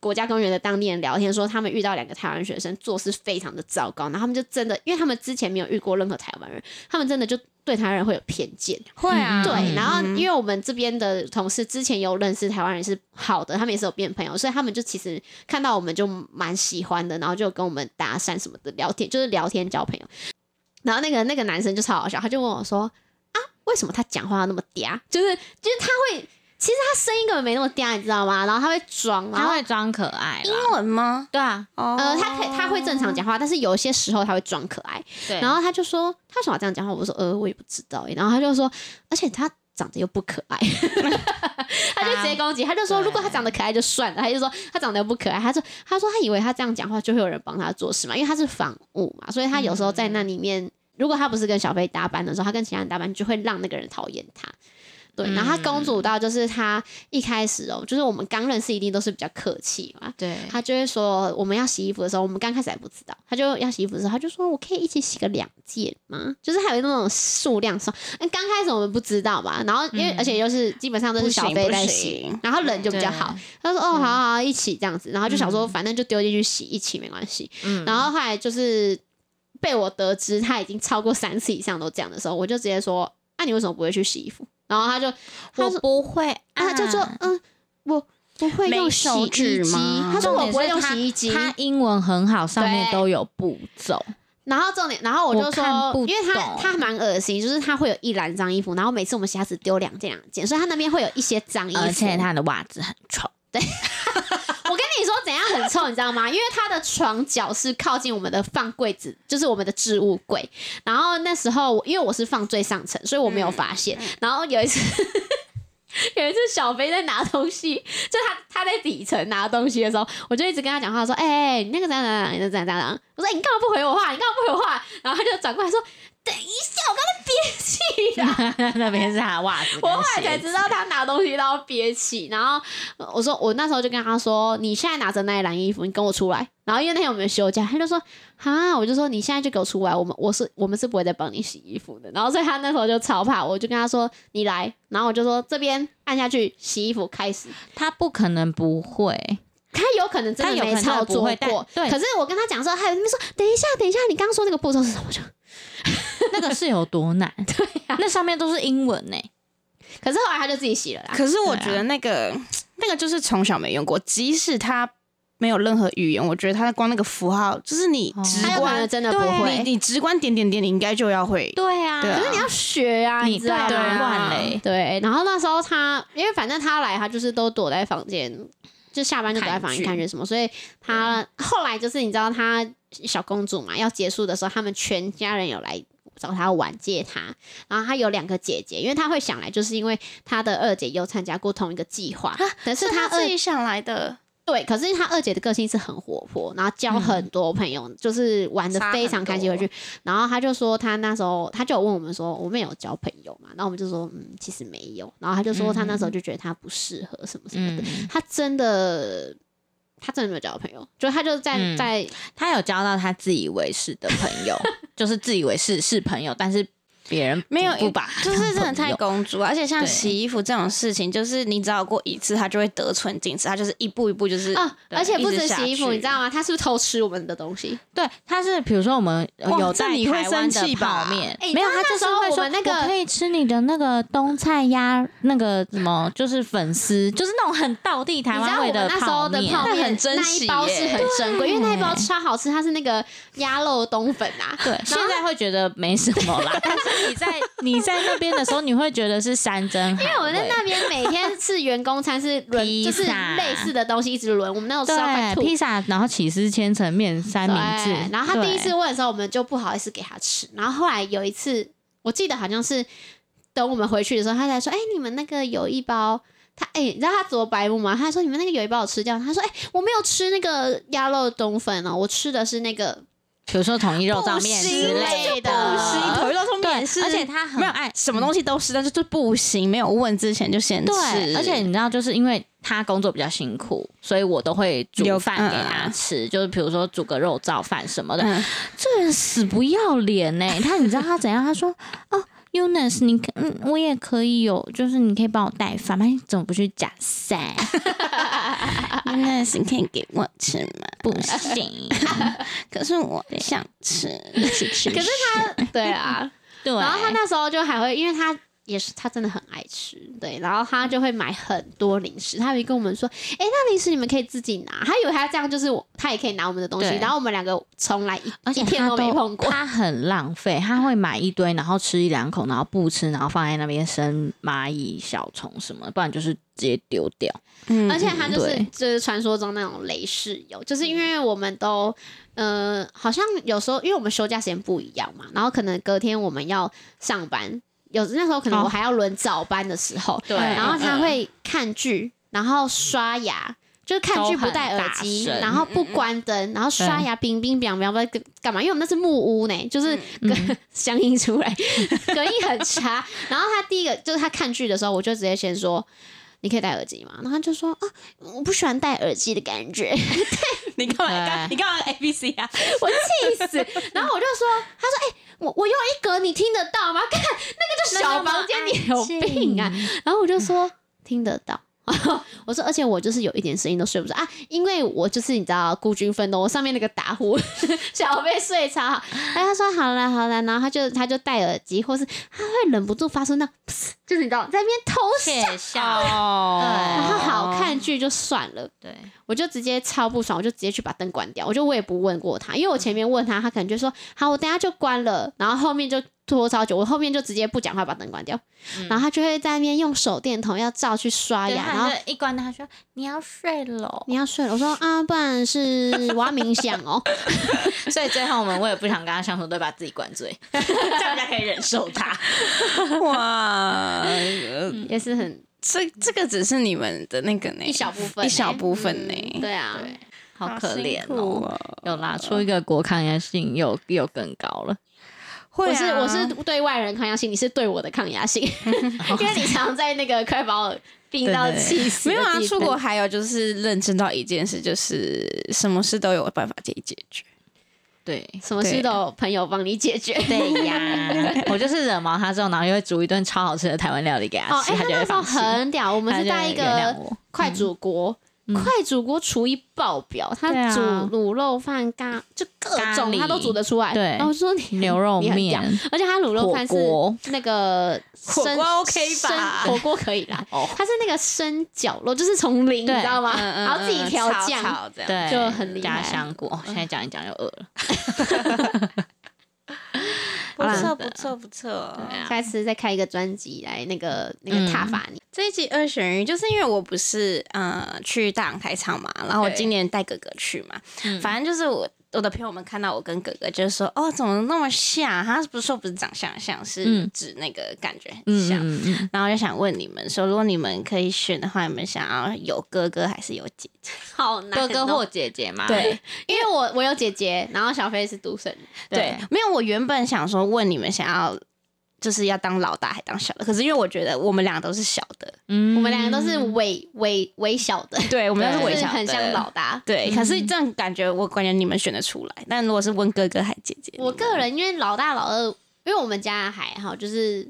国家公园的当地人聊天说，他们遇到两个台湾学生做事非常的糟糕，然后他们就真的，因为他们之前没有遇过任何台湾人，他们真的就对台湾人会有偏见。
会啊，
对，然后
嗯
因为我们这边的同事之前有认识台湾人是好的，他们也是有变朋友，所以他们就其实看到我们就蛮喜欢的，然后就跟我们搭讪什么的聊天，就是聊天交朋友。然后那个那个男生就超好笑，他就问我说：“啊，为什么他讲话那么嗲？就是就是他会，其实他声音根本没那么嗲，你知道吗？然后他会装，然
他
后
会装可爱啦，
英文吗？
对啊，
哦，
呃，他可以他会正常讲话，但是有一些时候他会装可爱。
对，
然后他就说他为什么要这样讲话？我说呃，我也不知道耶。然后他就说，而且他长得又不可爱， 他就直接攻击，他就说
对
如果他长得可爱就算了，他就说他长得又不可爱，他说他说他以为他这样讲话就会有人帮他做事嘛，因为他是房务嘛，所以他有时候在那里面，如果他不是跟小飞搭班的时候，他跟其他人搭班就会让那个人讨厌他。对，然后他公主到就是他一开始哦、就是我们刚认识一定都是比较客气嘛，
对，
他就会说我们要洗衣服的时候，我们刚开始还不知道，他就要洗衣服的时候，他就说我可以一起洗个两件吗？就是还有那种数量上，嗯刚开始我们不知道嘛，然后因为、而且又是基本上都
嗯不
是小
行嗯
贝
不
在洗，
行，
然后人就比较
对
好，他说哦好好好一起这样子，然后就
嗯
想说反正就丢进去洗一起没关系，
嗯
然后后来就是被我得知他已经超过三次以上都这样的时候，我就直接说那、你为什么不会去洗衣服？然后他就他
我
说
不会
啊，
按，
他就说嗯我不会用
没
洗
手
衣
指
机，
吗
他说我不会用
重点是他
洗衣机，
他英文很好，上面
对
都有步骤。
然后重点，然后我就
我
说
看，不
因为他
懂
他蛮恶心，就是他会有一篮脏衣服，然后每次我们鞋子丢两件两件，所以他那边会有一些脏衣服。
而且，他的袜子很 臭。
我跟你说怎样很臭，你知道吗？因为他的床脚是靠近我们的放柜子，就是我们的置物柜。然后那时候我因为我是放最上层，所以我没有发现。然后有一次。 有一次，小飞在拿东西，就他他在底层拿东西的时候，我就一直跟他讲话说：“哎、哎你那个怎样怎样，你那个怎样怎样。”我说：“你干嘛不回我话？你干嘛不回我话？”然后他就转过来说：“等一下，我刚才憋气。”
那边是他的袜子跟鞋子，
我后来才知道他拿东西都要憋气，然后呃我说我那时候就跟他说，你现在拿着那一篮衣服，你跟我出来。然后因为那天我们休假，他就说哈，我就说你现在就给我出来，我们我是我们是不会再帮你洗衣服的。然后所以他那时候就超怕，我就跟他说你来，然后我就说这边按下去洗衣服开始。
他不可能不会，
他有可能真
他
的
有
没
可能真的
操
不
作
会但
过，
对
可是我跟他讲说，还有那边说等一下，等一下，你刚刚说那个步骤是什么？我就
那个是有多难？
对呀、
那上面都是英文呢、
可是后来他就自己洗了啦。
可是我
对啊
觉得那个、那个就是从小没用过，即使他没有任何语言，我觉得他光那个符号，就是你
哦
直
他有可
观、
能真的不
对
会
你，你直观点点点，你应该就要会。
对啊
对啊
可是你要学啊，
你
你知道吗？
对啊
乱嘞
对，然后那时候他，因为反正他来，他就是都躲在房间，就下班就躲在房间看
看剧
剧什么，所以他后来就是你知道他小公主嘛，要结束的时候，他们全家人有来。找他玩借他，然后他有两个姐姐，因为他会想来，就是因为他的二姐又参加过同一个计划，可是啊他二
自己想来的，
对，可是他二姐的个性是很活泼，然后
嗯
交很多朋友，就是玩的非常开心回去。然后他就说，他那时候他就有问我们说，我们有交朋友嘛？然后我们就说，嗯，其实没有。然后他就说，他那
嗯
时候就觉得他不适合什么什么的。
嗯，
他真的，他真的没有交朋友，就他就在、
嗯
在
他有交到他自以为是的朋 友，就是自以为是是朋友，但是别人
没有
不把
就是真 的
朋
太
友
公主，啊而且像
对
洗衣服这种事情，就是你只要过一次，他就会得寸进尺，他就是一步一步就是
啊，
对
而且不
一直
止
下
洗衣服，
去
你知道吗？他是不是偷吃我们的东西？
对，他是比如说我们呃
哇
有
这
在
你会
台湾
生
的
气
泡
吧
面，
哎
没有，
那
他
那
就是
时候
会
我
说
们那个
我可以吃你的那个冬菜鸭，那个什么就是粉丝，就是那种很道地台
你知
湾
道
味
我们那时候
泡
的
面，
泡面
那很珍
那
惜
一包是
耶
很珍贵，因为那一包超好吃，它是那个鸭肉冬粉啊。
对，现在会觉得没什么 啦，但是你在你在那边的时候，你会觉得是山珍海味，
因为我们在那边每天吃员工餐是轮，
披
就是
萨
类似的东西一直轮，我们那时候吃到快
对
吐。
披萨，然后起司千层面三
对
明治，
然后他第一次
对
问的时候，我们就不好意思给他吃。然后后来有一次，我记得好像是等我们回去的时候，他才说：“哎、你们那个有一包。”他哎、你知道他多白目吗？他说：“你们那个有一包我吃掉。”他说：“哎、我没有吃那个鸭肉冬粉哦，我吃的是那个
比如说统一肉燥面
不
之
行这
类
就
的，
不行，头一到上
对
面是，
而且他很
没有
爱
什么东西都是，但是就不行，没有问之前就先吃，
对，而且你知道，就是因为他工作比较辛苦，所以我都会煮
有
饭给
嗯嗯
他
嗯
吃，就是比如说煮个肉燥饭什么的。
嗯
这人死不要脸呢、他你知道他怎样？他说哦。Unis，你可嗯，我也可以有，就是你可以帮我带饭吗？你怎么不去假赛？
啊那你可以给我吃吗？
不行，
可是我想吃，
一起吃。
可是他对啊，
对，
然后他那时候就还会，因为他也是他真的很爱吃，对，然后他就会买很多零食。他会跟我们说：“哎、那零食你们可以自己拿。”他以为他这样就是我，他也可以拿我们的东西。
对
然后我们两个从来一
而且
一天
他
都没碰过。
他很浪费，他会买一堆，然后吃一两口，然后不吃，然后放在那边生蚂蚁、小虫什么，不然就是直接丢掉。
嗯
而且他就是
对
就是传说中那种雷室友，就是因为我们都，呃，好像有时候因为我们休假时间不一样嘛，然后可能隔天我们要上班，有那时候可能
哦
我还要轮早班的时候，
对
然后他
嗯
会看剧，然后刷牙。就是看剧不戴耳机，
都很大声
然后不关灯，然后刷牙冰冰凉凉，不知道干嘛，因为我们那是木屋呢，就是隔、乡音出来， 隔音很差。然后他第一个就是他看剧的时候，我就直接先说。你可以戴耳机吗？然后他就说啊，我不喜欢戴耳机的感觉，
你干嘛？
对
干你干嘛 A B C 啊？
我气死。然后我就说，他说，哎、我我用一格，你听得到吗？ 看那个就小房间，你有病 啊！然后我就说听得到。 我说，而且我就是有一点声音都睡不着啊，因为我就是你知道孤军奋斗，我上面那个打呼 小被睡超好。然后他说好了好了，然后他就他就戴耳机，或是他会忍不住发出那， 就是你知道在那边偷笑，
窃笑，
哦
然后好看剧就算了。
对，
我就直接超不爽，我就直接去把灯关掉。我就我也不问过他，因为我前面问他，他可能就说好，我等下就关了，然后后面就拖超久，我后面就直接不讲话，把灯关掉，
嗯
然后他就会在那边用手电筒要照去刷
对哎
牙，
他
然后
就一关灯，他说你要睡喽。
你要睡了，我说啊，不然是我要冥想哦，
所以最后我们我也不想跟他相处，都把自己灌醉， 这样大家可以忍受 他。
哇，呃
也是很
这这个只是你们的那个呢，
一小部分欸、
一小部分呢欸
嗯对啊，
对好可怜
辛苦
哦。
哦。
有啦，出一个国抗压性又又更高了。
会
我是
啊
我是对外人抗压性，你是对我的抗 压性，因为你常在那个快把我病到
对对对
气死
没
的地
有
方，
啊，出国还有就是认真到一件事，就是什么事都有办法解解决。
对
什么事都有朋友帮你解决，
对呀，我就是惹毛他之后，然后又会煮一顿超好吃的台湾料理给他
哦，
吃，
哎、
啊他
他
就
那
会
时候
放心。
很屌，我们
他
是
就
带一
原谅
个
我嗯
快煮锅，快煮锅厨艺爆表，他
对啊
煮卤肉饭、咖就各
咖
种他都
喱
煮得出来。
对
然后我说你
牛肉
你很屌
面，
而且他卤肉
火
饭是
锅
那个
火
生
锅 OK 吧
生火锅可以啦，
哦，
他是那个生绞肉，就是从零，你
对
知道吗？
嗯
然后自己调酱，
炒这样
对，
就很厉
加
害嗯
香菇。哦现在讲一讲又饿了。
不
好
错
啦
不错不错。
对啊
下次再开一个专辑来那个那个
嗯
踏法你，
这一集二选一，就是因为我不是呃去大港开场嘛，然后我
对
今年带哥哥去嘛，
嗯
反正就是我我的朋友们看到我跟哥哥就是说，哦，怎么那么像？他不是说不是长相像，是
嗯
指那个感觉很
嗯
像。
嗯嗯，
然后我就想问你们说，如果你们可以选的话，你们想要有哥哥还是有姐姐？
好难
哥
哦
哥或姐姐嘛，，
因为我我有姐姐，然后小飞是独生女，
对，没有，我原本想说问你们想要。就是要当老大还当小的，可是因为我觉得我们俩都是小的，
嗯
我们两个都是微微微小的，
对我们都是
就
微
是
小的，
很像老大。
对，可是这样感觉，我感觉你们选得出来。但如果是问哥哥还姐姐，
我个人因为老大老二，因为我们家还好，就是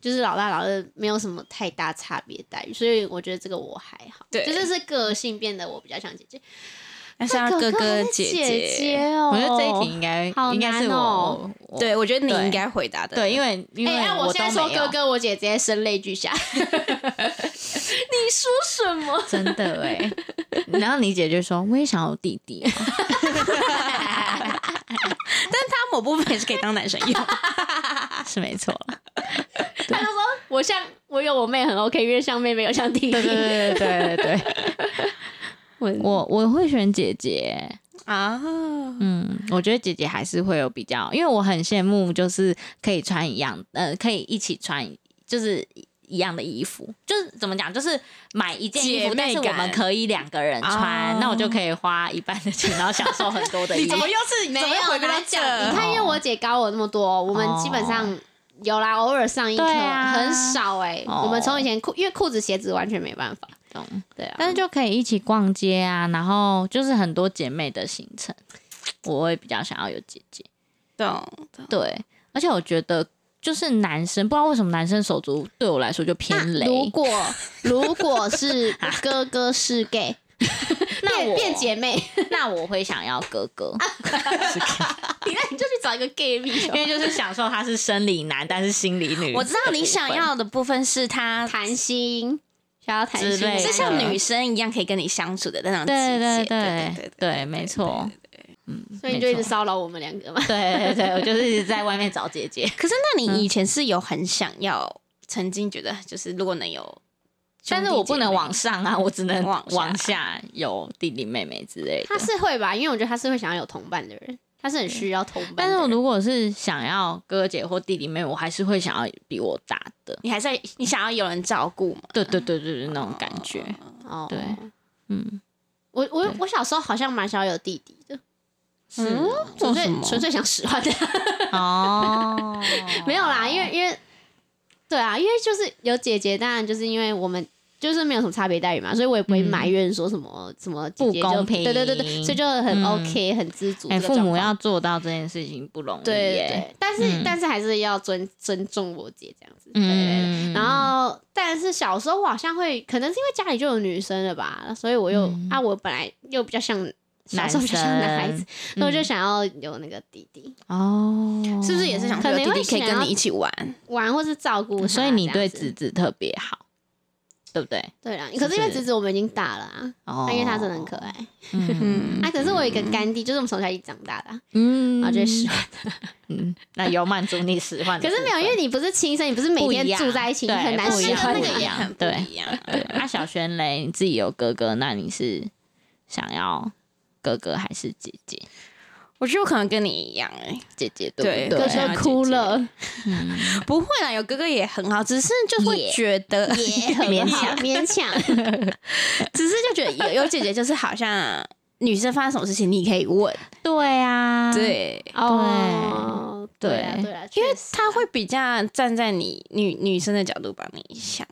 就是老大老二没有什么太大差别待遇，所以我觉得这个我还好。
对
就是是个性变得我比较像姐姐，
那是要哥
哥
姐
姐姐哦。
我觉得这一题应该
好
应该是
难
我
哦，
我
对，我觉得你应该回答的，
对，因为因
哎，
为
那、
我
我现在
都
说
没有
哥哥我姐直接声泪俱下。 你说什么？
真的哎，然后你姐就说我也想要弟弟，
他某部分也是可以当男生用。
啊是没错啦，
我像我有我妹很 OK，因为像妹妹有像弟弟。
对对对对对对对，
我
我我会选姐姐，
啊，
嗯，我觉得姐姐还是会有比较，因为我很羡慕，就是可以穿一样，呃，可以一起穿，就是一样的衣服，就是怎么讲，就是买一件衣
姐
服，但
妹
是我们
感
可以两个人穿，
哦
那我就可以花一半的钱，然后享受很 多的衣服。
又是
没有
回归到
来
这
讲，你
哦
看，因为我姐高我那么多，我们基本上有啦，偶尔上一课，
对啊
很少哎、
哦
我们从以前裤，因为裤子、鞋子完全没办法，
懂
对啊。
但是就可以一起逛街啊，然后就是很多姐妹的行程，我会比较想要有姐姐。
懂懂
对，啊而且我觉得就是男生，不知道为什么男生手足对我来说就偏
那
雷。
如果如果是哥哥是 gay，
那
变
我
变姐妹，
那我会想要哥哥。
你那你就去找一个 gay 蜜
因为就是享受他是生理男，但是心理女。
我知道你想要的部分是他
谈心，想要谈
之类
心，
的
是像女生一样可以跟你相处的那种
对
姐姐，
对对
对嗯
对没错。
所以你就一直
嗯没错
骚扰我们两个嘛。
对对对，我就是一直在外面找姐姐。
可是那你以前是有很想要，曾经觉得就是如果能有，
但是我不能往。上啊，我只能
往下
往下有弟弟妹妹之类
他
的。
是会吧，因为我觉得他是会想要有同伴的人，他是很需要同伴
但
的
是我
人。
如果是想要哥姐或弟弟妹妹，我还是会想要比我大的。
你还是要你想要有人照顾嘛？
对对对对对，那种感觉。
哦
对嗯，
我我我小时候好像蛮想要有弟弟的，
嗯
嗯，
纯
做
粹
什么？
纯粹想使唤他，
哦，
没有啦，因为因为对啊，因为就是有姐姐，当然就是因为我们。就是没有什么差别待遇嘛，所以我也不会
嗯
埋怨说什么、什么姐姐就
不公平
对对对对，所以就很
嗯
OK，、很知 足
哎、
这个
父
状
母
况。
要做到这件事情不容易
对对
耶。
对，但是、
嗯
但是还是要尊尊重我姐这样子。对对对
嗯，
然后，但是小时候我好像会，可能是因为家里就有女生了吧，所以我又、
嗯
啊，我本来又比较像小
男
时候比较像男孩子，
嗯
所以我就想要有那个弟弟
哦，
是不是也是想说有弟弟嗯可以跟你一起玩？
玩或是照顾他
所以你
嗯这
对
样子
子子特别好，对不对？
对啦，
是
可是因为
不是
侄子我们已经大了啊，
哦
啊因为他真的很可爱
嗯
嗯，
啊。可是我有一个干弟，就是我们从小一起长大的啊，
嗯
然后就会使唤。
嗯，那有满足你使唤的
可
部
是
分，
没有，因为你不是亲生，你不是每
不
天
一样
住在一起，你
对
很难
不一
使
样
唤
那
他
个也啊很不
对
一样。
对啊，小璇雷你自己有哥哥，那你是想要哥哥还是姐姐？
我觉得我可能跟你一样哎，
姐姐
对
不
哥
哥
哥
对？
想要
哥
姐
啊哭
姐
了，
不会啦，有哥哥也很好，只是就会
也
觉得，
也很
勉
好
强
勉强，
只是就觉得有有姐姐就是好像女生发生什么事情你可以问，
对
嗯
啊，，
对，
哦，
对
对啊，对啊，因
因为她会比较站在你女女生的角度帮你想。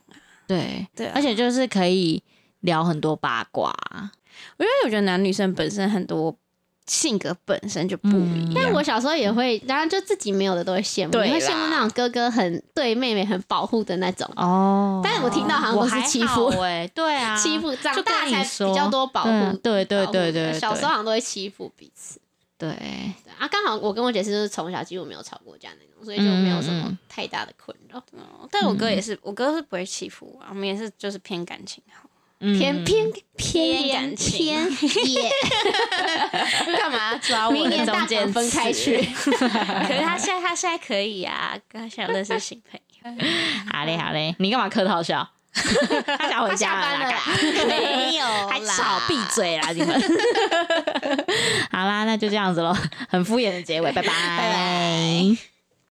对，
对啊、
而且就是可以聊很多八卦，
因为我觉得男女生本身很多性格本身就不一样，
但我小时候也会，当然就自己没有的都会羡慕，
对
你会
啦
羡慕那种哥哥很对妹妹很保护的那种。
哦
但是我听到好像都
还
是欺负
好，欸对 啊，
欺负长
就跟
大
你
才
说
比较多保护
对啊。对对
保护
对对，
小时候好像都会欺负彼此。
对对
对啊，刚好我跟我姐是就是从小几乎没有吵过架那种，所以就
嗯
没有什么太大的困扰。
但我哥也是，我哥是不会欺负我，我们也是就是偏感情好，
嗯
偏偏偏
感情
偏 也，
干嘛抓
明年大
间。
港分开去。
可是他现在他现在可以啊，他想认识新朋友，
好嘞好嘞，你干嘛客 套笑？他想回
他下
家
班了啦
啦，，
没有啦，
还吵，闭嘴啦 你们。好啦，那就这样子喽，很敷衍的结尾，拜拜
拜。